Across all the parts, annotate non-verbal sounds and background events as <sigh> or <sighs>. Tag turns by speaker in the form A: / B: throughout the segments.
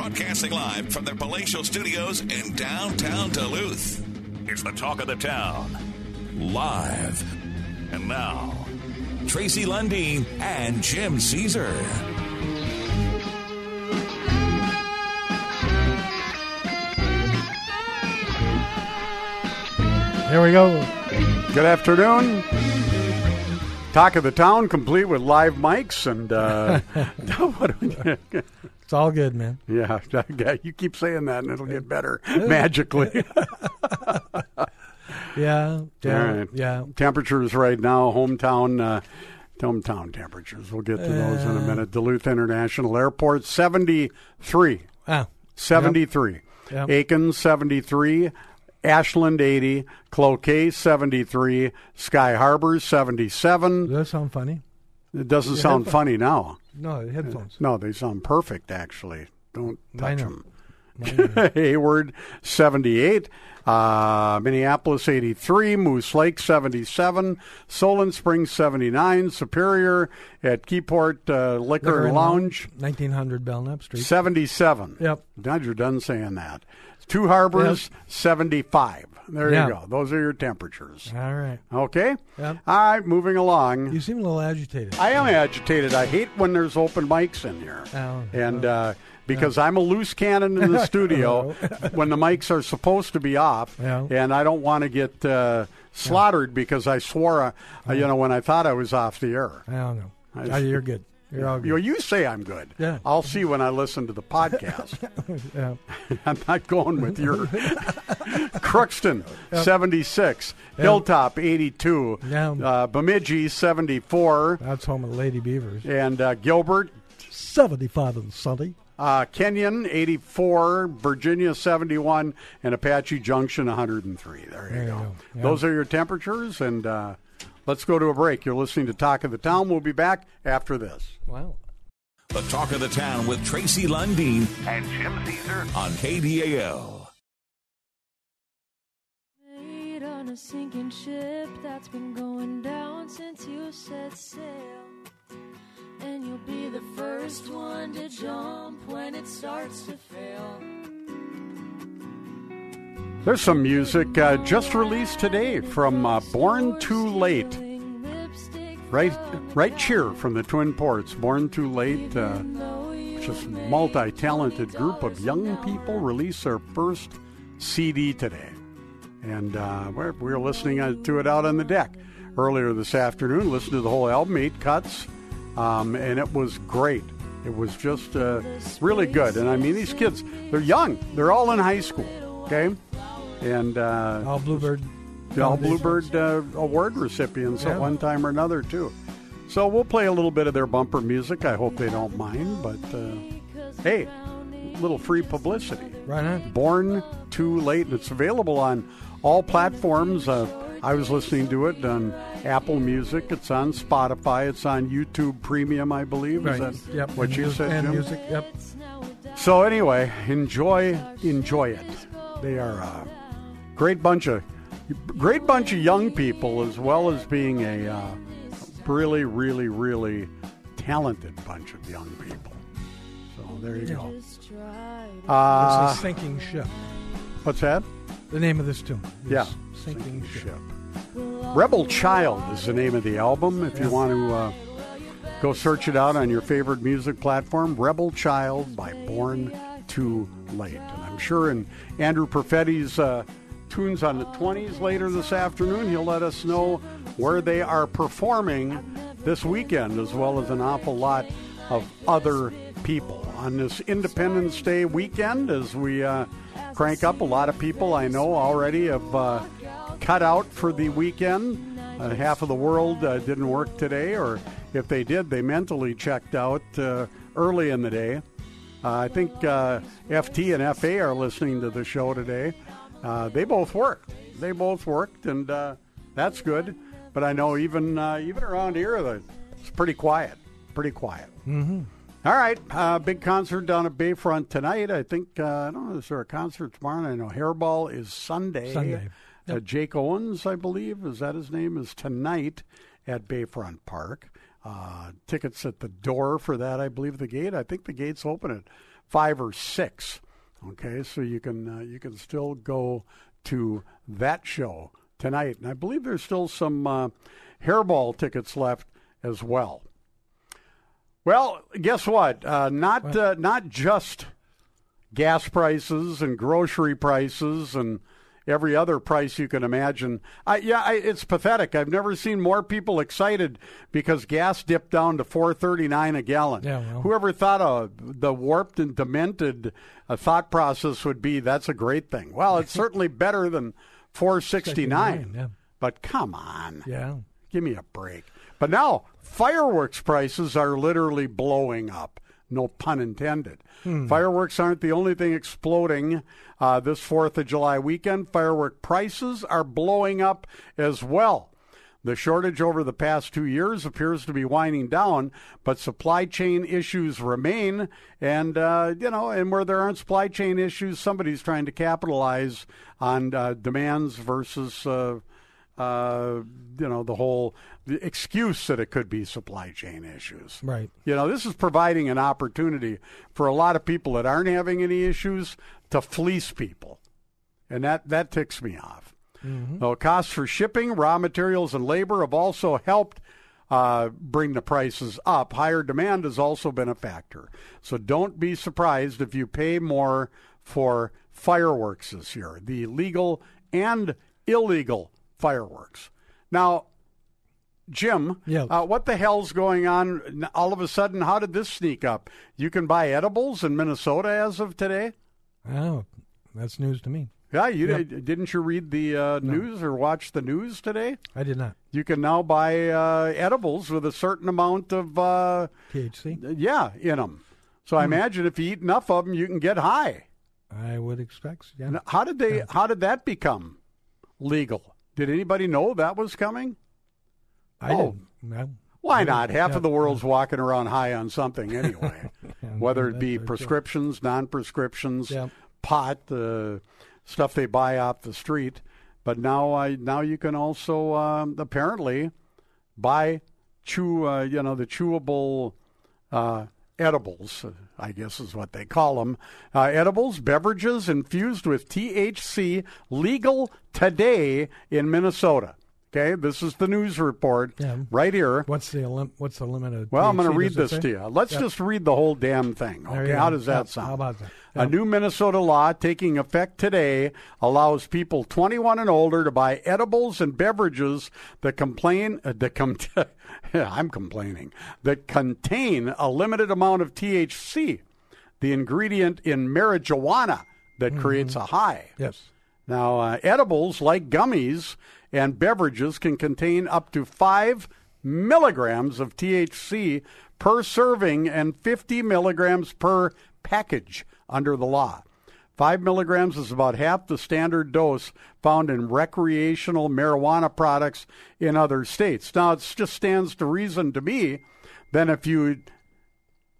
A: broadcasting live from their palatial studios in downtown Duluth. It's the talk of the town, live. And now, Tracy Lundeen and Jim Caesar.
B: There we go.
C: Good afternoon. Talk of the town, complete with live mics and
B: <laughs>
C: uh, what do we-
B: It's all good, man.
C: <laughs> yeah, yeah, you keep saying that and it'll
B: <laughs>
C: get better magically.
B: Yeah, yeah,
C: All right.
B: yeah.
C: Temperatures right now, hometown. Uh, Hometown temperatures. We'll get to those in a
B: Uh.
C: minute. Duluth International Airport, 73.
B: Wow.
C: 73.
B: Yep.
C: Aiken, 73. Ashland, 80. Cloquet, 73. Sky Harbor, 77.
B: Does that sound funny?
C: It doesn't sound funny now.
B: No, headphones.
C: No, they sound perfect, actually. Don't touch
B: Minor.
C: them. <laughs> Hayward, 78. Uh, Minneapolis, 83. Moose Lake, 77. Solon Springs, 79. Superior at Keyport uh, Liquor, and Lounge,
B: 1900 Belknap Street.
C: 77.
B: Yep.
C: Now you're done saying that. Two Harbors, 75. There
B: Yeah.
C: you go. Those are your temperatures.
B: All right.
C: Okay?
B: Yep.
C: All right, moving along.
B: You seem a little agitated.
C: I am agitated. I hate when there's open mics in here.
B: Oh,
C: and uh, because I'm a loose cannon
B: <laughs>
C: in the studio when the mics are supposed to be off,
B: Oh. Yeah.
C: and I don't want to get uh, slaughtered because I swore, uh, you know, when I thought I was off the air.
B: I don't know. Oh, you're good. You're all
C: You,
B: good.
C: you say I'm good.
B: Yeah.
C: I'll see when I listen to the podcast. <laughs>
B: Yeah.
C: I'm not going with your <laughs> Crookston, 76. Hilltop, 82.
B: Yeah.
C: Uh, Bemidji, 74.
B: That's home of the Lady Beavers.
C: And uh, Gilbert,
B: 75 and sunny.
C: Uh, Kenyon, 84, Virginia, 71, and Apache Junction, 103. There you
B: you
C: go.
B: go. Yeah.
C: Those are your temperatures, and uh, let's go to a break. You're listening to Talk of the Town. We'll be back after this.
B: Wow.
A: The talk of the town with Tracy Lundeen and Jim Caesar on KDAL.
D: Made on a sinking ship that's been going down since you set sail. And you'll be the first one to jump when it starts to fail.
C: There's some music uh, just released today from uh, Born Too Late. Right, right cheer from the Twin Ports. Born Too Late. Uh, just multi-talented group of young people release their first CD today, and uh, we're, we're listening uh, to it out on the deck earlier this afternoon. Listened to the whole album, eight cuts, um, and it was great. It was just uh, really good. And I mean, these kids, they're young. They're all in high school. Okay, and uh,
B: All Bluebird.
C: the All Bluebird uh, Award recipients at
B: Yeah.
C: one time or another, too. So we'll play a little bit of their bumper music. I hope they don't mind, but uh, hey, little free publicity.
B: Right on.
C: Born Too Late, and it's available on all platforms. Uh, I was listening to it on Apple Music. It's on Spotify. It's on YouTube Premium, I believe. Is that
B: Yep.
C: what
B: and
C: you
B: music,
C: said,
B: and
C: Jim?
B: music. Yep.
C: So anyway, enjoy enjoy it. They are a great bunch of great bunch of young people, as well as being a uh, really, really, really talented bunch of young people. So there you go.
D: Just try to
C: Uh,
B: it's a sinking ship.
C: what's that?
B: The name of this tune. is
C: Yeah,
B: Sinking, ship.
C: Rebel Child is the name of the album. If you want to uh, go search it out on your favorite music platform, Rebel Child by Born Too Late. And I'm sure in Andrew Perfetti's uh, Tunes on the 20s later this afternoon, he'll let us know where they are performing this weekend, as well as an awful lot of other people on this Independence Day weekend as we uh, crank up. A lot of people I know already have uh, cut out for the weekend. Uh, half of the world uh, didn't work today, or if they did, they mentally checked out uh, early in the day. Uh, I think uh, FT and FA are listening to the show today. Uh, they both worked. They both worked, and uh, that's good. But I know even uh, even around here, the- it's pretty quiet. Pretty quiet. All right, uh, big concert down at Bayfront tonight. I think uh, I don't know. Is there a concert tomorrow? I know Hairball is Sunday.
B: Sunday.
C: Uh, Jake Owens, I believe, is that his name? Is tonight at Bayfront Park. Uh, tickets at the door for that, I believe. The gate. I think the gates open at five or six. Okay, so you can uh, you can still go to that show tonight, and I believe there's still some uh, hairball tickets left as well. Well, guess what? Uh, not Uh, not just gas prices and grocery prices and every other price you can imagine. I, yeah, I, it's pathetic. I've never seen more people excited because gas dipped down to four thirty nine a gallon.
B: Yeah, well.
C: Whoever thought of the warped and demented uh, thought process would be that's a great thing.
B: <laughs>
C: Well, it's certainly better than four sixty nine.
B: 69, yeah.
C: But come on.
B: Yeah.
C: Give me a break. But now fireworks prices are literally blowing up. No pun intended. Fireworks aren't the only thing exploding uh, this 4th of July weekend. Firework prices are blowing up as well. The shortage over the past two years appears to be winding down, but supply chain issues remain. And, uh, you know, and where there aren't supply chain issues, somebody's trying to capitalize on uh, demands versus. Uh, uh, you know, the whole the excuse that it could be supply chain issues.
B: Right.
C: You know, this is providing an opportunity for a lot of people that aren't having any issues to fleece people. And that, that ticks me off. Though costs for shipping, raw materials, and labor have also helped uh, bring the prices up. Higher demand has also been a factor. So don't be surprised if you pay more for fireworks this year, the legal and illegal fireworks. Now, Jim,
B: Yeah.
C: uh, what the hell's going on n- all of a sudden? How did this sneak up? You can buy edibles in Minnesota as of today?
B: Oh, that's news to me.
C: Yeah, you
B: Yep.
C: did- didn't you read the uh, news or watch the news today?
B: I did not.
C: You can now buy uh, edibles with a certain amount of uh,
B: THC.
C: yeah in them. So I imagine if you eat enough of them, you can get high.
B: I would expect. Yeah.
C: And How did they? How did that become legal? Did anybody know that was coming?
B: I
C: oh.
B: didn't. No.
C: Why
B: Yeah,
C: not? Half
B: yeah,
C: of the world's walking around high on something
B: <laughs>
C: anyway, whether it
B: That's very
C: be
B: true.
C: prescriptions, non-prescriptions,
B: Yeah.
C: pot, uh, stuff they buy off the street. But now, I now you can also um, apparently buy chew, uh, you know, the chewable uh, edibles, I guess is what they call them. Uh, edibles, beverages infused with THC, legal today in Minnesota. Okay, this is the news report
B: Yeah.
C: right here.
B: What's the lim- What's the limit of?
C: Well, I'm going to
B: THC,
C: read
B: does it
C: this to
B: say?
C: you. Let's
B: Yeah.
C: just read the whole damn thing.
B: There
C: Okay,
B: you
C: how
B: go.
C: does
B: Yeah,
C: that sound?
B: How about that?
C: A new Minnesota law taking effect today allows people 21 and older to buy edibles and beverages that complain uh, that com- <laughs> I'm complaining that contain a limited amount of THC, the ingredient in marijuana that
B: Mm-hmm.
C: creates a high.
B: Yes.
C: Now, uh, edibles like gummies and beverages can contain up to 5 milligrams of THC per serving and 50 milligrams per package under the law. 5 milligrams is about half the standard dose found in recreational marijuana products in other states. Now, it just stands to reason to me then if you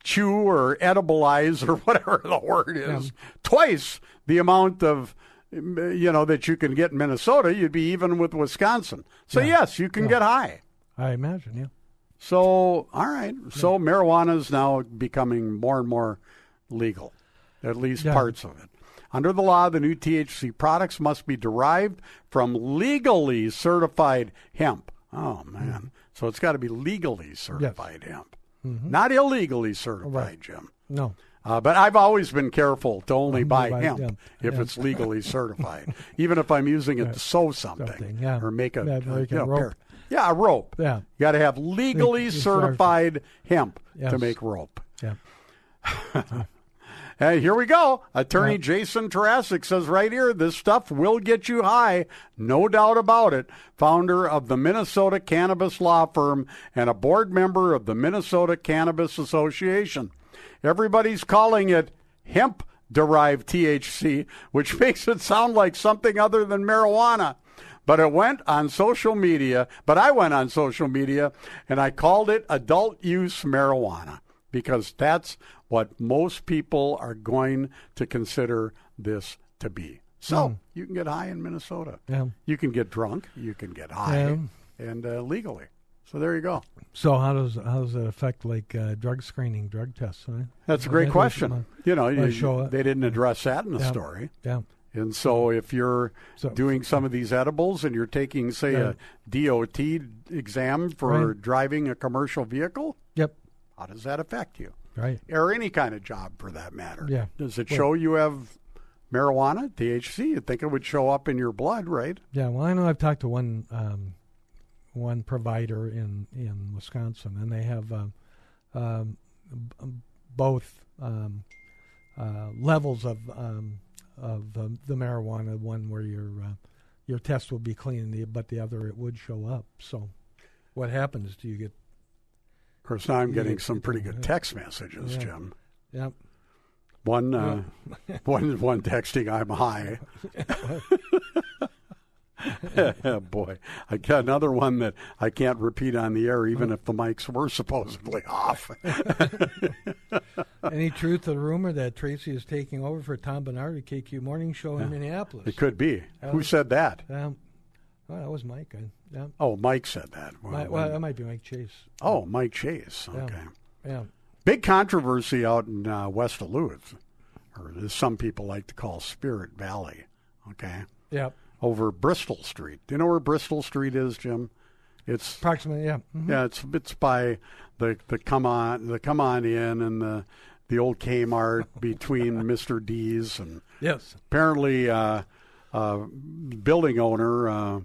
C: chew or edibilize or <laughs> whatever the word is twice the amount of you know that you can get in Minnesota you'd be even with Wisconsin so yes you can get high
B: I imagine. Yeah.
C: so all right so marijuana is now becoming more and more legal at least
B: Yeah.
C: parts of it under the law the new THC products must be derived from legally certified hemp oh man so it's got to be legally certified hemp not illegally certified Jim
B: No.
C: uh, but I've always been careful to only buy
B: buy
C: hemp
B: hemp.
C: if
B: Yeah. <laughs>
C: it's legally certified, even if I'm using it to sew something,
B: Something, yeah.
C: or make a,
B: Yeah, make
C: you
B: a
C: know,
B: rope.
C: pair- Yeah, a rope.
B: Yeah.
C: You got to have
B: <laughs>
C: legally
B: Legally
C: certified hemp to
B: Yes.
C: make rope.
B: Yeah.
C: Hey, here we go. Attorney Jason Tarasic says right here, this stuff will get you high, no doubt about it. Founder of the Minnesota Cannabis Law Firm and a board member of the Minnesota Cannabis Association. Everybody's calling it hemp derived THC, which <laughs> makes it sound like something other than marijuana. But it went on social media, but I went on social media and I called it adult use marijuana because that's what most people are going to consider this to be. So you can get high in Minnesota.
B: Hmm. Yeah.
C: You can get drunk. You can get high
B: Yeah.
C: and uh, legally. So there you go.
B: So how does how does it affect like uh, drug screening, drug tests? Huh?
C: That's a great
B: That is
C: question.
B: my-
C: You know,
B: my
C: you-
B: show.
C: they didn't address that in the
B: Yeah.
C: story.
B: Yeah.
C: And so if you're
B: Hmm. So-
C: doing some of these edibles and you're taking, say, a DOT exam for
B: Right.
C: driving a commercial vehicle,
B: Yep.
C: how does that affect you?
B: Right.
C: Or any kind of job for that matter.
B: Yeah.
C: Does it
B: Well-
C: show you have marijuana, THC? You'd think it would show up in your blood, right?
B: Yeah. Well, I know I've talked to one um, one provider in in Wisconsin, and they have um, um, b- both um, uh, levels of um, of um, the marijuana. One where your uh, your test will be clean, the, but the other it would show up. So, what happens? Do you get?
C: Of course, now I'm
B: You
C: getting
B: get-
C: some
B: you
C: pretty
B: don't
C: good
B: have-
C: text messages,
B: Yeah.
C: Jim. <laughs>
B: Yep.
C: One, uh, <laughs> one, one texting,
B: <laughs>
C: I'm high. <laughs> Boy, I got another one that I can't repeat on the air, even if the mics
B: <laughs>
C: were supposedly off.
B: Any truth to the rumor that Tracy is taking over for Tom Bernard at KQ Morning Show in Minneapolis?
C: It could be. Who said that?
B: Um, well, that was Mike. I, yeah.
C: Oh, Mike said that. Well, um,
B: Mi- well, that might be Mike Chase.
C: oh, Mike Chase.
B: Yeah.
C: Okay.
B: Yeah.
C: Big controversy out in uh, west of Duluth, or as some people like to call Spirit Valley. Okay.
B: Yeah.
C: Over Bristol Street. Do you know where Bristol Street is, Jim? It's
B: Approximately. Yeah. Mhm.
C: Yeah, it's it's by the the come on the come on in and the the old Kmart between Mr. D's and
B: Yes.
C: apparently uh, uh, building owner uh,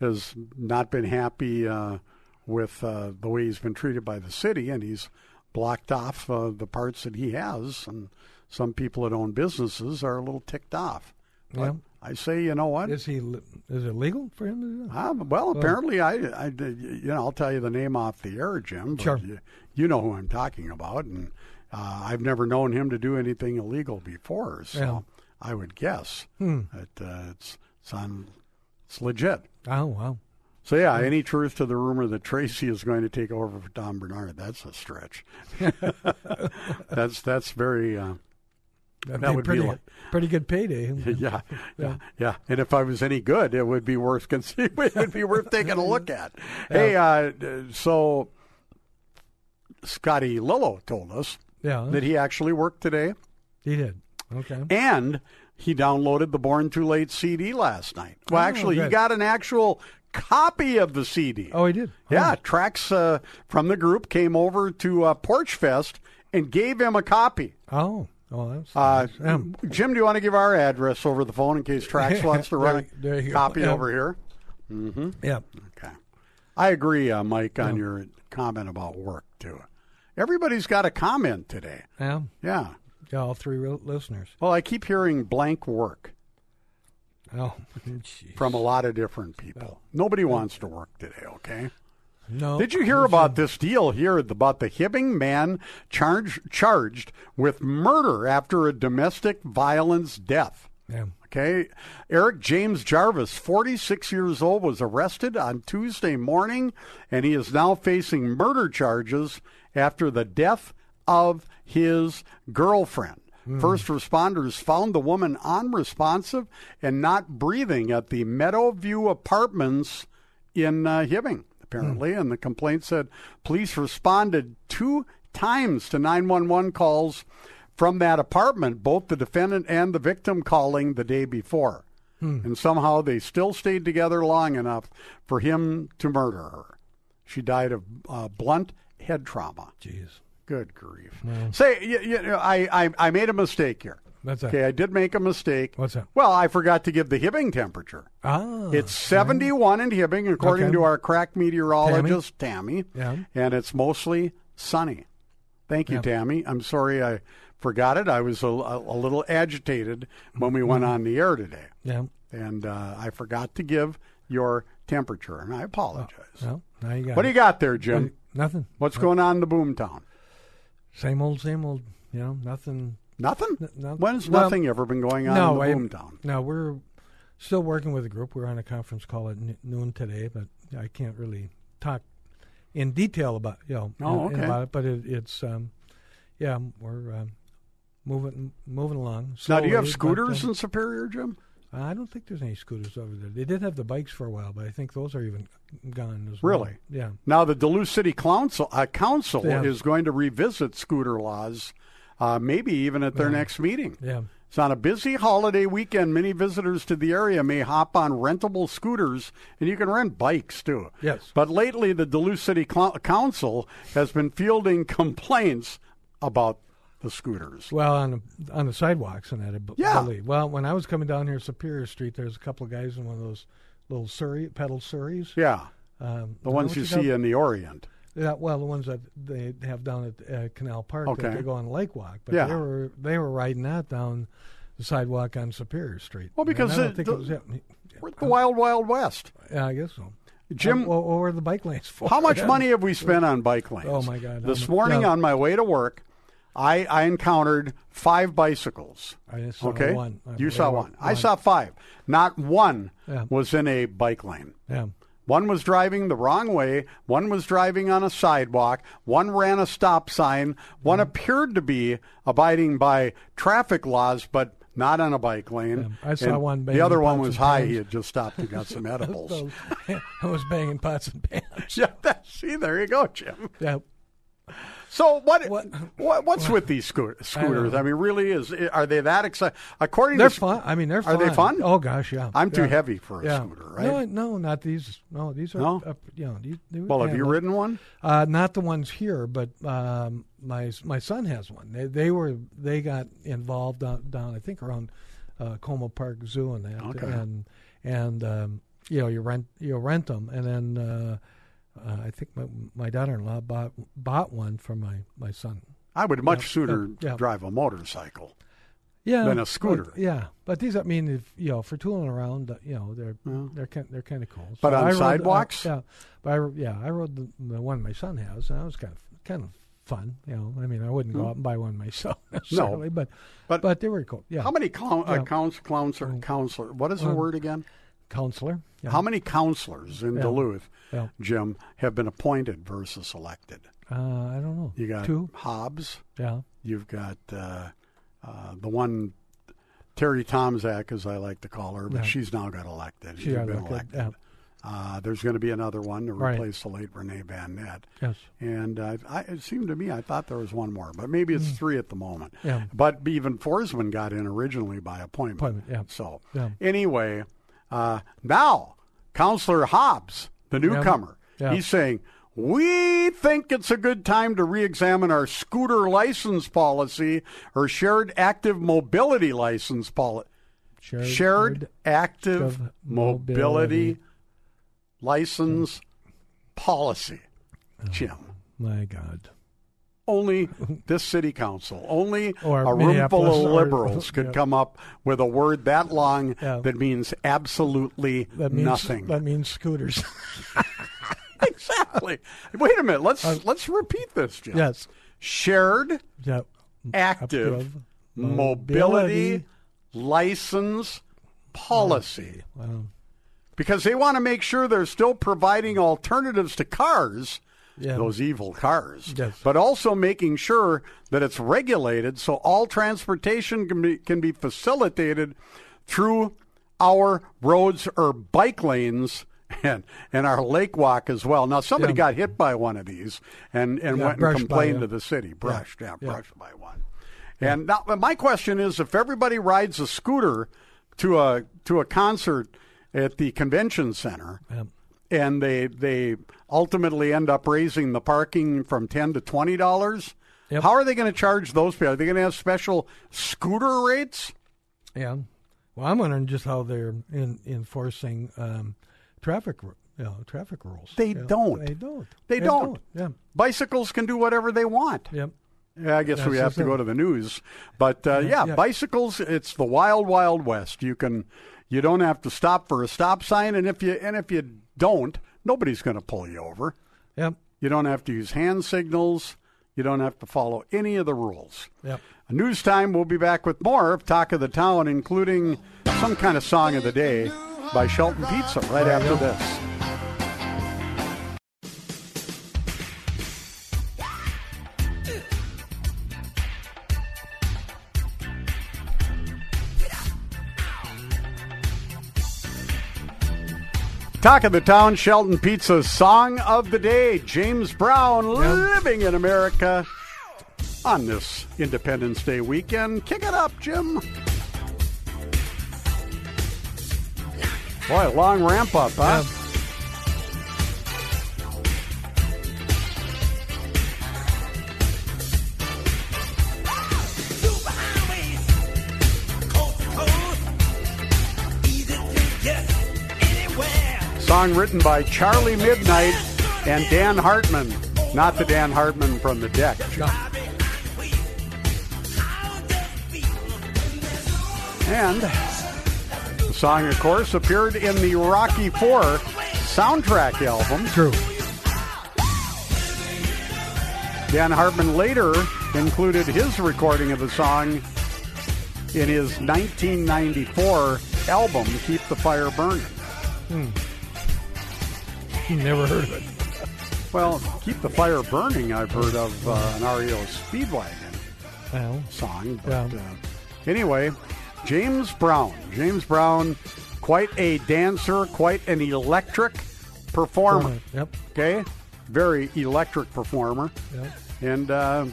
C: has not been happy uh, with uh, the way he's been treated by the city, and he's blocked off uh, the parts that he has. And some people that own businesses are a little ticked off. But
B: Yeah.
C: I say, you know what?
B: Is he? li- Is it legal for him to do that?
C: Um, well, apparently, I, I, you know, I'll tell you the name off the air, Jim. But
B: Sure.
C: You, you know who I'm talking about, and uh, I've never known him to do anything illegal before. So
B: Yeah. Hmm.
C: I would guess that uh, it's it's on it's legit.
B: Oh wow.
C: So yeah,
B: Hmm.
C: any truth to the rumor that Tracy is going to take over for Tom Bernard? That's a stretch. <laughs> that's that's very. Uh,
B: That'd
C: That
B: be
C: would be
B: pretty,
C: like-
B: pretty good payday.
C: <laughs> yeah, yeah, yeah. And if I was any good, it would be worth <laughs> consi- it would be worth taking a look
B: <laughs>
C: at. Hey, uh, d- so Scotty Lillo told us
B: yeah.
C: that he actually worked today,
B: he did. Okay.
C: and he downloaded the Born Too Late CD last night. Well,
B: Oh,
C: actually, he
B: good.
C: got an actual copy of the CD.
B: Oh, he did.
C: Yeah,
B: Oh,
C: tracks uh, from the group came over to uh, Porch Fest and gave him a copy.
B: Oh. Oh, that's
C: Uh,
B: nice. Yeah.
C: Jim, do you want to give our address over the phone in
B: <laughs>
C: case Trax wants to run
B: There- there
C: a
B: you go.
C: copy
B: Yeah.
C: over here?
B: yeah.
C: Okay. I agree, uh, Mike, on your comment about work, too. Everybody's got a comment today.
B: Yeah.
C: Yeah.
B: Yeah. All three real listeners.
C: Well, I keep hearing blank work
B: Oh, <laughs> jeez.
C: from a lot of different people. Nobody wants to work today, okay?
B: No.
C: Did you hear about this deal here about the Hibbing man charged charged with murder after a domestic violence death?
B: Yeah.
C: Okay. Eric James Jarvis, 46 years old, was arrested on Tuesday morning, and he is now facing murder charges after the death of his girlfriend. First responders found the woman unresponsive and not breathing at the Meadowview Apartments in uh, Hibbing, apparently.
B: Hmm.
C: And the complaint said police responded two times to 911 calls from that apartment, both the defendant and the victim calling the day before.
B: Hmm.
C: And somehow they still stayed together long enough for him to murder her. She died of uh, blunt head trauma.
B: Jeez.
C: Good grief. Say, you, you know, I, I, I made a mistake here.
B: That's it.
C: Okay, I did make a mistake.
B: What's that?
C: Well, I forgot to give the Hibbing temperature.
B: Ah.
C: It's 71 in Hibbing, according
B: Okay.
C: to our crack meteorologist, Tammy.
B: Yeah.
C: And it's mostly sunny. Thank you,
B: Yeah.
C: Tammy. I'm sorry I forgot it. I was a, a, a little agitated when we went
B: Mm-hmm.
C: on the air today,
B: yeah.
C: and uh, I forgot to give your temperature, and I apologize.
B: Well, now you got.
C: What do you got there, Jim?
B: Nothing.
C: What's going on in the boomtown?
B: Same old, same old. You know, nothing.
C: Nothing?
B: no-
C: When's
B: well,
C: nothing ever been going on
B: no,
C: in the
B: I-
C: boomtown?
B: No, we're still working with a group. We're on a conference call at n- noon today, but I can't really talk in detail about you know
C: Oh,
B: in-
C: okay.
B: about it. But it, it's um, yeah, we're um, moving moving along.
C: Now, do you have
B: slowly, but,
C: scooters
B: um,
C: in Superior, Jim?
B: I don't think there's any scooters over there. They did have the bikes for a while, but I think those are even gone as well.
C: Really?
B: Yeah.
C: Now, the Duluth City Council, uh, Council
B: Yeah.
C: is going to revisit scooter laws, uh, maybe even at their next meeting.
B: Yeah.
C: So on a busy holiday weekend, many visitors to the area may hop on rentable scooters, and you can rent bikes too.
B: Yes.
C: But lately, the Duluth City Cl- Council has been fielding complaints about the scooters.
B: Well, on the, on the sidewalks and that, I b-
C: Yeah.
B: believe. Well, when I was coming down here Superior Street, there's a couple of guys in one of those little Surrey pedal Surreys.
C: Yeah,
B: Um,
C: the ones you see in the Orient.
B: Yeah, well, the ones that they have down at uh, Canal Park
C: Okay.
B: that they go on Lake Walk, but
C: Yeah.
B: they were they were riding that down the sidewalk on Superior Street.
C: Well, because
B: And I don't
C: it-
B: think
C: the-
B: it was, yeah,
C: We're at the Wild Wild West.
B: yeah, I guess so.
C: Jim,
B: or, or the bike lanes for
C: How much money have we spent on bike lanes?
B: Oh, my God.
C: This
B: I'm-
C: morning
B: yeah.
C: on my way to work, I, I encountered five bicycles.
B: I just saw
C: okay,
B: one. I
C: you
B: believe
C: saw
B: one.
C: one. I saw five. Not one
B: Yeah.
C: was in a bike lane.
B: Yeah,
C: One was driving the wrong way. One was driving on a sidewalk. One ran a stop sign. One
B: Mm-hmm.
C: appeared to be abiding by traffic laws, but not on a bike lane.
B: Yeah, I saw
C: And
B: one
C: The
B: banging
C: other one
B: pots
C: was
B: and
C: high.
B: pans.
C: He had just stopped
B: <laughs>
C: and got some edibles.
B: So, I was banging pots and pans.
C: <laughs> yeah, that, see, there you go, Jim.
B: Yeah,
C: So what, what,
B: What-
C: what's with these scoo- scooters?
B: know.
C: I, mean, really, is are they that excited? According
B: they're
C: to
B: fun. I mean, they're
C: Are
B: fun.
C: they fun?
B: Oh gosh, yeah.
C: I'm too
B: Yeah.
C: heavy for a
B: Yeah.
C: scooter, right?
B: No, no, not these. No, these are.
C: No?
B: Up, you know, these, they,
C: well, have
B: yeah,
C: you
B: but-
C: ridden one?
B: Uh, not the ones here, but um, my my son has one. They, they were they got involved down, down I think around uh, Como Park Zoo and that,
C: Okay.
B: and and um, you know you rent you rent them, and then uh, uh, I think my my daughter in law bought bought one for my my son.
C: I would much sooner
B: yeah, yeah.
C: drive a motorcycle.
B: Yeah,
C: Than a
B: but-
C: scooter.
B: yeah, but these I mean, if, you know, for tooling around, uh, you know, they're they're kind, they're kind of cool. So
C: But on
B: I rode- I-
C: sidewalks?
B: yeah, but I, ro- yeah, I rode the, the one my son has, and that was kind of kind of fun. You know, I mean, I wouldn't go out and buy one myself <laughs> necessarily, but,
C: Hmm. But-
B: but they were cool. Yeah,
C: How many clown, uh,
B: Yeah.
C: counts, clowns or counselor? What is the word again?
B: counselor? Yeah.
C: How many counselors in
B: Yeah.
C: Duluth,
B: Yeah.
C: Jim, have been appointed versus elected?
B: Uh, I don't know.
C: You got
B: two?
C: Hobbs.
B: Yeah,
C: You've got uh, uh, the one Terry Tomzak, as I like to call her, but
B: Yeah.
C: she's now got elected.
B: she
C: You've
B: got
C: been
B: elected. Yeah.
C: Uh, there's going to be another one to
B: Right.
C: replace the late Renee Van Nett.
B: Yes.
C: And uh, I, it seemed to me, I thought there was one more, but maybe it's three at the moment.
B: Mm. Yeah.
C: But even Forsman got in originally by appointment.
B: Appointment, yeah.
C: So
B: Yeah.
C: anyway, uh, now Counselor Hobbs, the newcomer,
B: Yeah.
C: he's saying, we think it's a good time to re-examine our scooter license policy or shared active mobility license policy.
B: Shared,
C: Shared active
B: active
C: mobility
B: mobility.
C: license policy, Jim.
B: My God.
C: Only this city council, only
B: Or
C: a room full
B: Minneapolis
C: of
B: or-
C: liberals could
B: yeah.
C: come up with a word that long
B: Yeah.
C: that means absolutely
B: That means
C: nothing.
B: That means scooters.
C: <laughs>
B: <laughs>
C: exactly. Wait a minute. Let's let's repeat this, Jim.
B: Uh, yes.
C: Shared
B: Yeah.
C: active,
B: Active
C: mobility, license policy.
B: Wow.
C: because they want to make sure they're still providing alternatives to cars,
B: Yeah.
C: those evil cars,
B: Yes.
C: but also making sure that it's regulated so all transportation can be, can be facilitated through our roads or bike lanes. <laughs> And, and our lake walk as well. Now somebody
B: Yeah.
C: got hit by one of these and, and
B: Yeah,
C: went and
B: brushed by,
C: complained
B: yeah.
C: to the city. Brushed, yeah,
B: Yeah.
C: brushed by one. And now my question is, if everybody rides a scooter to a to a concert at the convention center,
B: Yeah.
C: and they they ultimately end up raising the parking from ten to twenty dollars,
B: Yep.
C: how are they going to charge those people? Are they going to have special scooter rates?
B: Yeah. Well, I'm wondering just how they're in, enforcing um, traffic, ru- you know, traffic rules.
C: They
B: You know,
C: don't.
B: They don't.
C: They don't.
B: don't.
C: Bicycles can do whatever they want.
B: Yeah. Yep.
C: Yeah, I guess
B: That's
C: we have to
B: just
C: go
B: it.
C: to the news, but uh, yeah,
B: yeah.
C: bicycles. It's the wild, wild west. You can, you don't have to stop for a stop sign, and if you and if you don't, nobody's going to pull you over.
B: Yep.
C: You don't have to use hand signals. You don't have to follow any of the rules.
B: Yep.
C: News time. We'll be back with more of Talk of the Town, including some kind of song of the day by Shelton Pizza right after this. Talk of the Town, Shelton Pizza's Song of the Day, James Brown, Living in America, on this Independence Day weekend. Kick it up, Jim. Boy, a long ramp up, huh? Song written by Charlie Midnight and Dan Hartman. Not the Dan Hartman from the deck. And the song, of course, appeared in the Rocky Four soundtrack album.
B: True. <laughs>
C: Dan Hartman later included his recording of the song in his 1994 album, Keep the Fire Burning.
B: Never heard of it.
C: Well, Keep the Fire Burning, I've heard of uh, an REO Speedwagon
B: Well,
C: song. But
B: Yeah.
C: uh, anyway, James Brown. James Brown, quite a dancer, quite an electric performer.
B: Yep.
C: Okay? Very electric performer.
B: Yep.
C: And uh,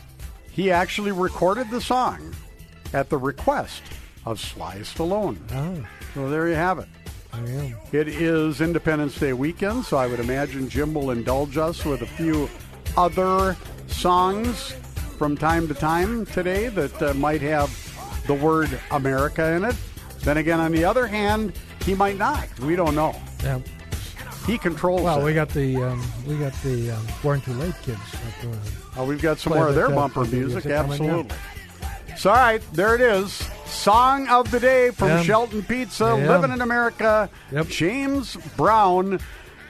C: he actually recorded the song at the request of Sly Stallone.
B: Oh,
C: So there you have it.
B: I am.
C: It is Independence Day weekend, so I would imagine Jim will indulge us with a few other songs from time to time today that uh, might have the word America in it. Then again, on the other hand, he might not. We don't know.
B: Yep.
C: He controls
B: Well,
C: it.
B: we got the um, we got the um, Born Too Late kids. up there.
C: Uh, we've got some
B: play
C: more of
B: that,
C: their
B: uh,
C: bumper
B: music
C: music,
B: coming up.
C: absolutely. So, all right, there it is. Song of the day from
B: Yeah.
C: Shelton Pizza,
B: Yeah.
C: Living in America,
B: Yep.
C: James Brown.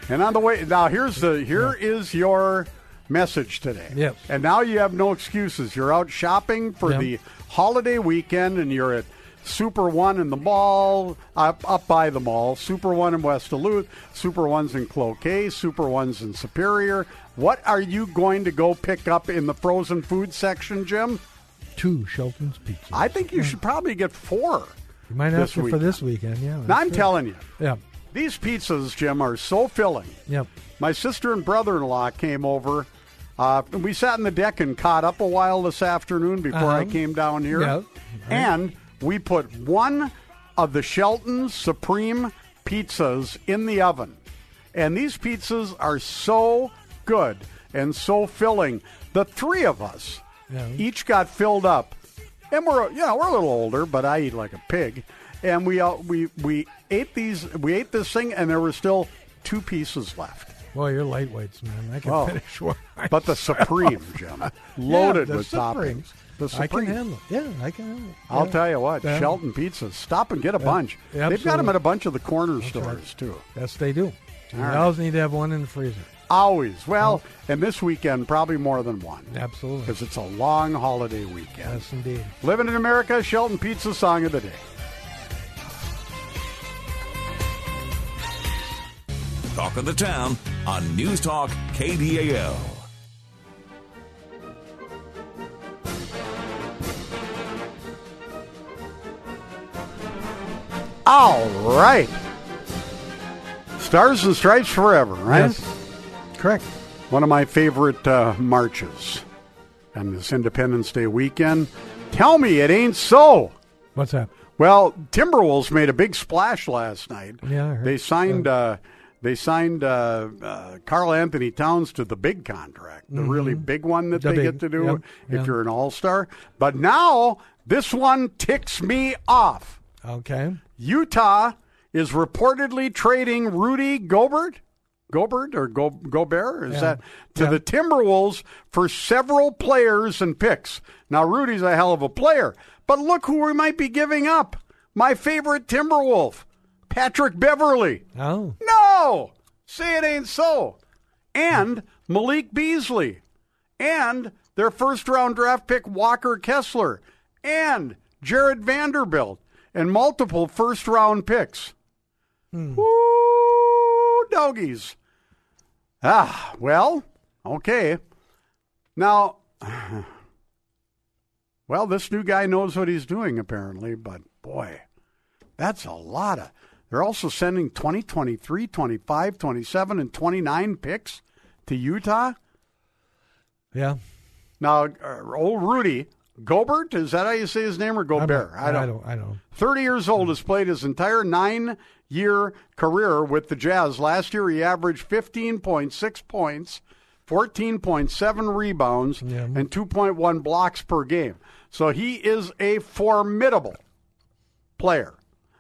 C: And on the way, now here's the here is your message today.
B: Yes.
C: And now you have no excuses. You're out shopping for
B: Yeah.
C: the holiday weekend, and you're at Super One in the mall, up, up by the mall, Super One in West Duluth, Super One's in Cloquet, Super One's in Superior. What are you going to go pick up in the frozen food section, Jim?
B: Two Shelton's Pizza.
C: I think you should probably get four.
B: you might
C: this
B: ask them for
C: weekend.
B: this weekend. Yeah.
C: Now, I'm telling you,
B: Yeah.
C: these pizzas, Jim, are so filling.
B: Yep.
C: My sister and brother in law came over. Uh, and we sat on the deck and caught up a while this afternoon before I
B: Uh-huh.
C: came down here.
B: Yeah.
C: And we put one of the Shelton Supreme pizzas in the oven. And these pizzas are so good and so filling. The three of us
B: Yeah.
C: each got filled up. And we're you know, we're a little older, but I eat like a pig. And we all, we we ate these we ate this thing and there were still two pieces left.
B: Well, you're lightweights, man. I can
C: Oh.
B: finish <laughs> one.
C: But the Supreme, Jim, loaded
B: Yeah, the
C: with
B: Supreme.
C: toppings. The
B: I can
C: Supreme.
B: handle it. Yeah, I can handle it.
C: I'll
B: Yeah.
C: tell you what,
B: Yeah.
C: Shelton Pizzas, stop and get a bunch. They've got them
B: absolutely.
C: at a bunch of the corner stores too.
B: Yes, they do. You
C: right.
B: always need to have one in the freezer.
C: Always. Well, and this weekend probably more than one
B: Absolutely.
C: because it's a long holiday weekend.
B: Yes, indeed.
C: Living in America, Shelton Pizza song of the day.
A: Talk of the Town on News Talk KDAL.
C: All right. Stars and Stripes Forever, right?
B: Correct.
C: One of my favorite uh, marches on this Independence Day weekend. Tell me it ain't so.
B: What's that?
C: Well, Timberwolves made a big splash last night.
B: Yeah, I heard.
C: they signed. Uh, they signed uh, uh, Carl Anthony Towns to the big contract, the really big one that
B: Mm-hmm. The
C: they
B: big-
C: get to do
B: yep,
C: if
B: yeah.
C: you're an All Star. But now this one ticks me off.
B: Okay.
C: Utah is reportedly trading Rudy Gobert, Gobert or Go, Gobert, is
B: Yeah.
C: that to
B: Yeah.
C: the Timberwolves for several players and picks. Now Rudy's a hell of a player, but look who we might be giving up. My favorite Timberwolf, Patrick Beverly.
B: Oh,
C: No, say it ain't so. And Malik Beasley, and their first round draft pick Walker Kessler, and Jared Vanderbilt, and multiple first round picks. Woo, doggies. Ah, well, okay. Now, <sighs> well, this new guy knows what he's doing apparently, but boy, that's a lot of They're also sending 20, 23, 25, 27, and 29 picks to Utah.
B: Yeah.
C: Now, uh, old Rudy Gobert, is that how you say his name or
B: I'm-
C: Gobert? I don't.
B: I don't. I don't.
C: 30 years old, has played his entire nine year career with the Jazz. Last year, he averaged 15.6 points, 14.7 rebounds,
B: Yeah.
C: and 2.1 blocks per game. So he is a formidable player.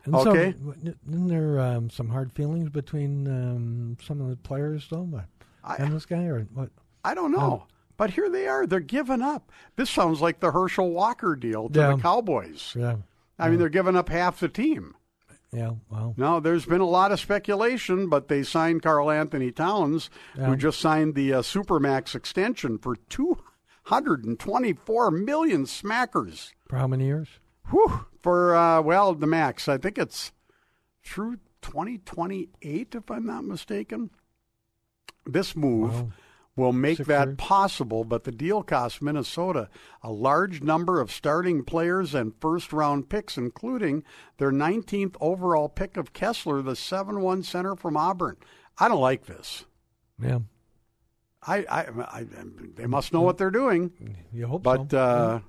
B: And
C: Okay.
B: So, w- n- isn't there um, some hard feelings between um, some of the players, though, but-
C: I-
B: and this guy, or what?
C: I don't
B: Oh.
C: know. But here they are. They're giving up. This sounds like the Herschel Walker deal to
B: Yeah.
C: the Cowboys.
B: Yeah.
C: I mean, they're giving up half the team.
B: Yeah. Well.
C: No, there's been a lot of speculation, but they signed Carl Anthony Towns, who
B: Yeah.
C: just signed the uh, Supermax extension for 224 million smackers.
B: For how many years?
C: Whew, for, uh, well, the max. I think it's through 2028, if I'm not mistaken. This move
B: Wow.
C: will make
B: Six
C: that
B: years.
C: possible, but the deal costs Minnesota a large number of starting players and first round picks, including their 19th overall pick of Kessler, the 7 1 center from Auburn. I don't like this.
B: Yeah.
C: I, I, I, they must know what they're doing,
B: You hope so.
C: but uh,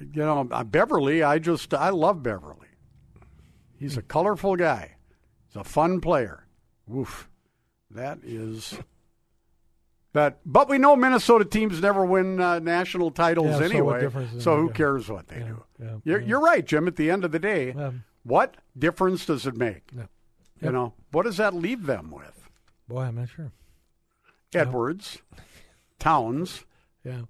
C: you know uh, Beverly. I just I love Beverly. He's a colorful guy. He's a fun player. Woof, that is that. But we know Minnesota teams never win uh, national titles
B: Yeah, so what
C: anyway.
B: difference does it
C: So
B: make?
C: who cares what they
B: Yeah,
C: do?
B: yeah,
C: you're,
B: yeah.
C: you're right, Jim. At the end of the day,
B: Yeah.
C: what difference does it make?
B: Yeah.
C: You
B: Yep.
C: know, what does that leave them with?
B: Boy, I'm not sure. Yeah.
C: Edwards, Towns,
B: Yeah.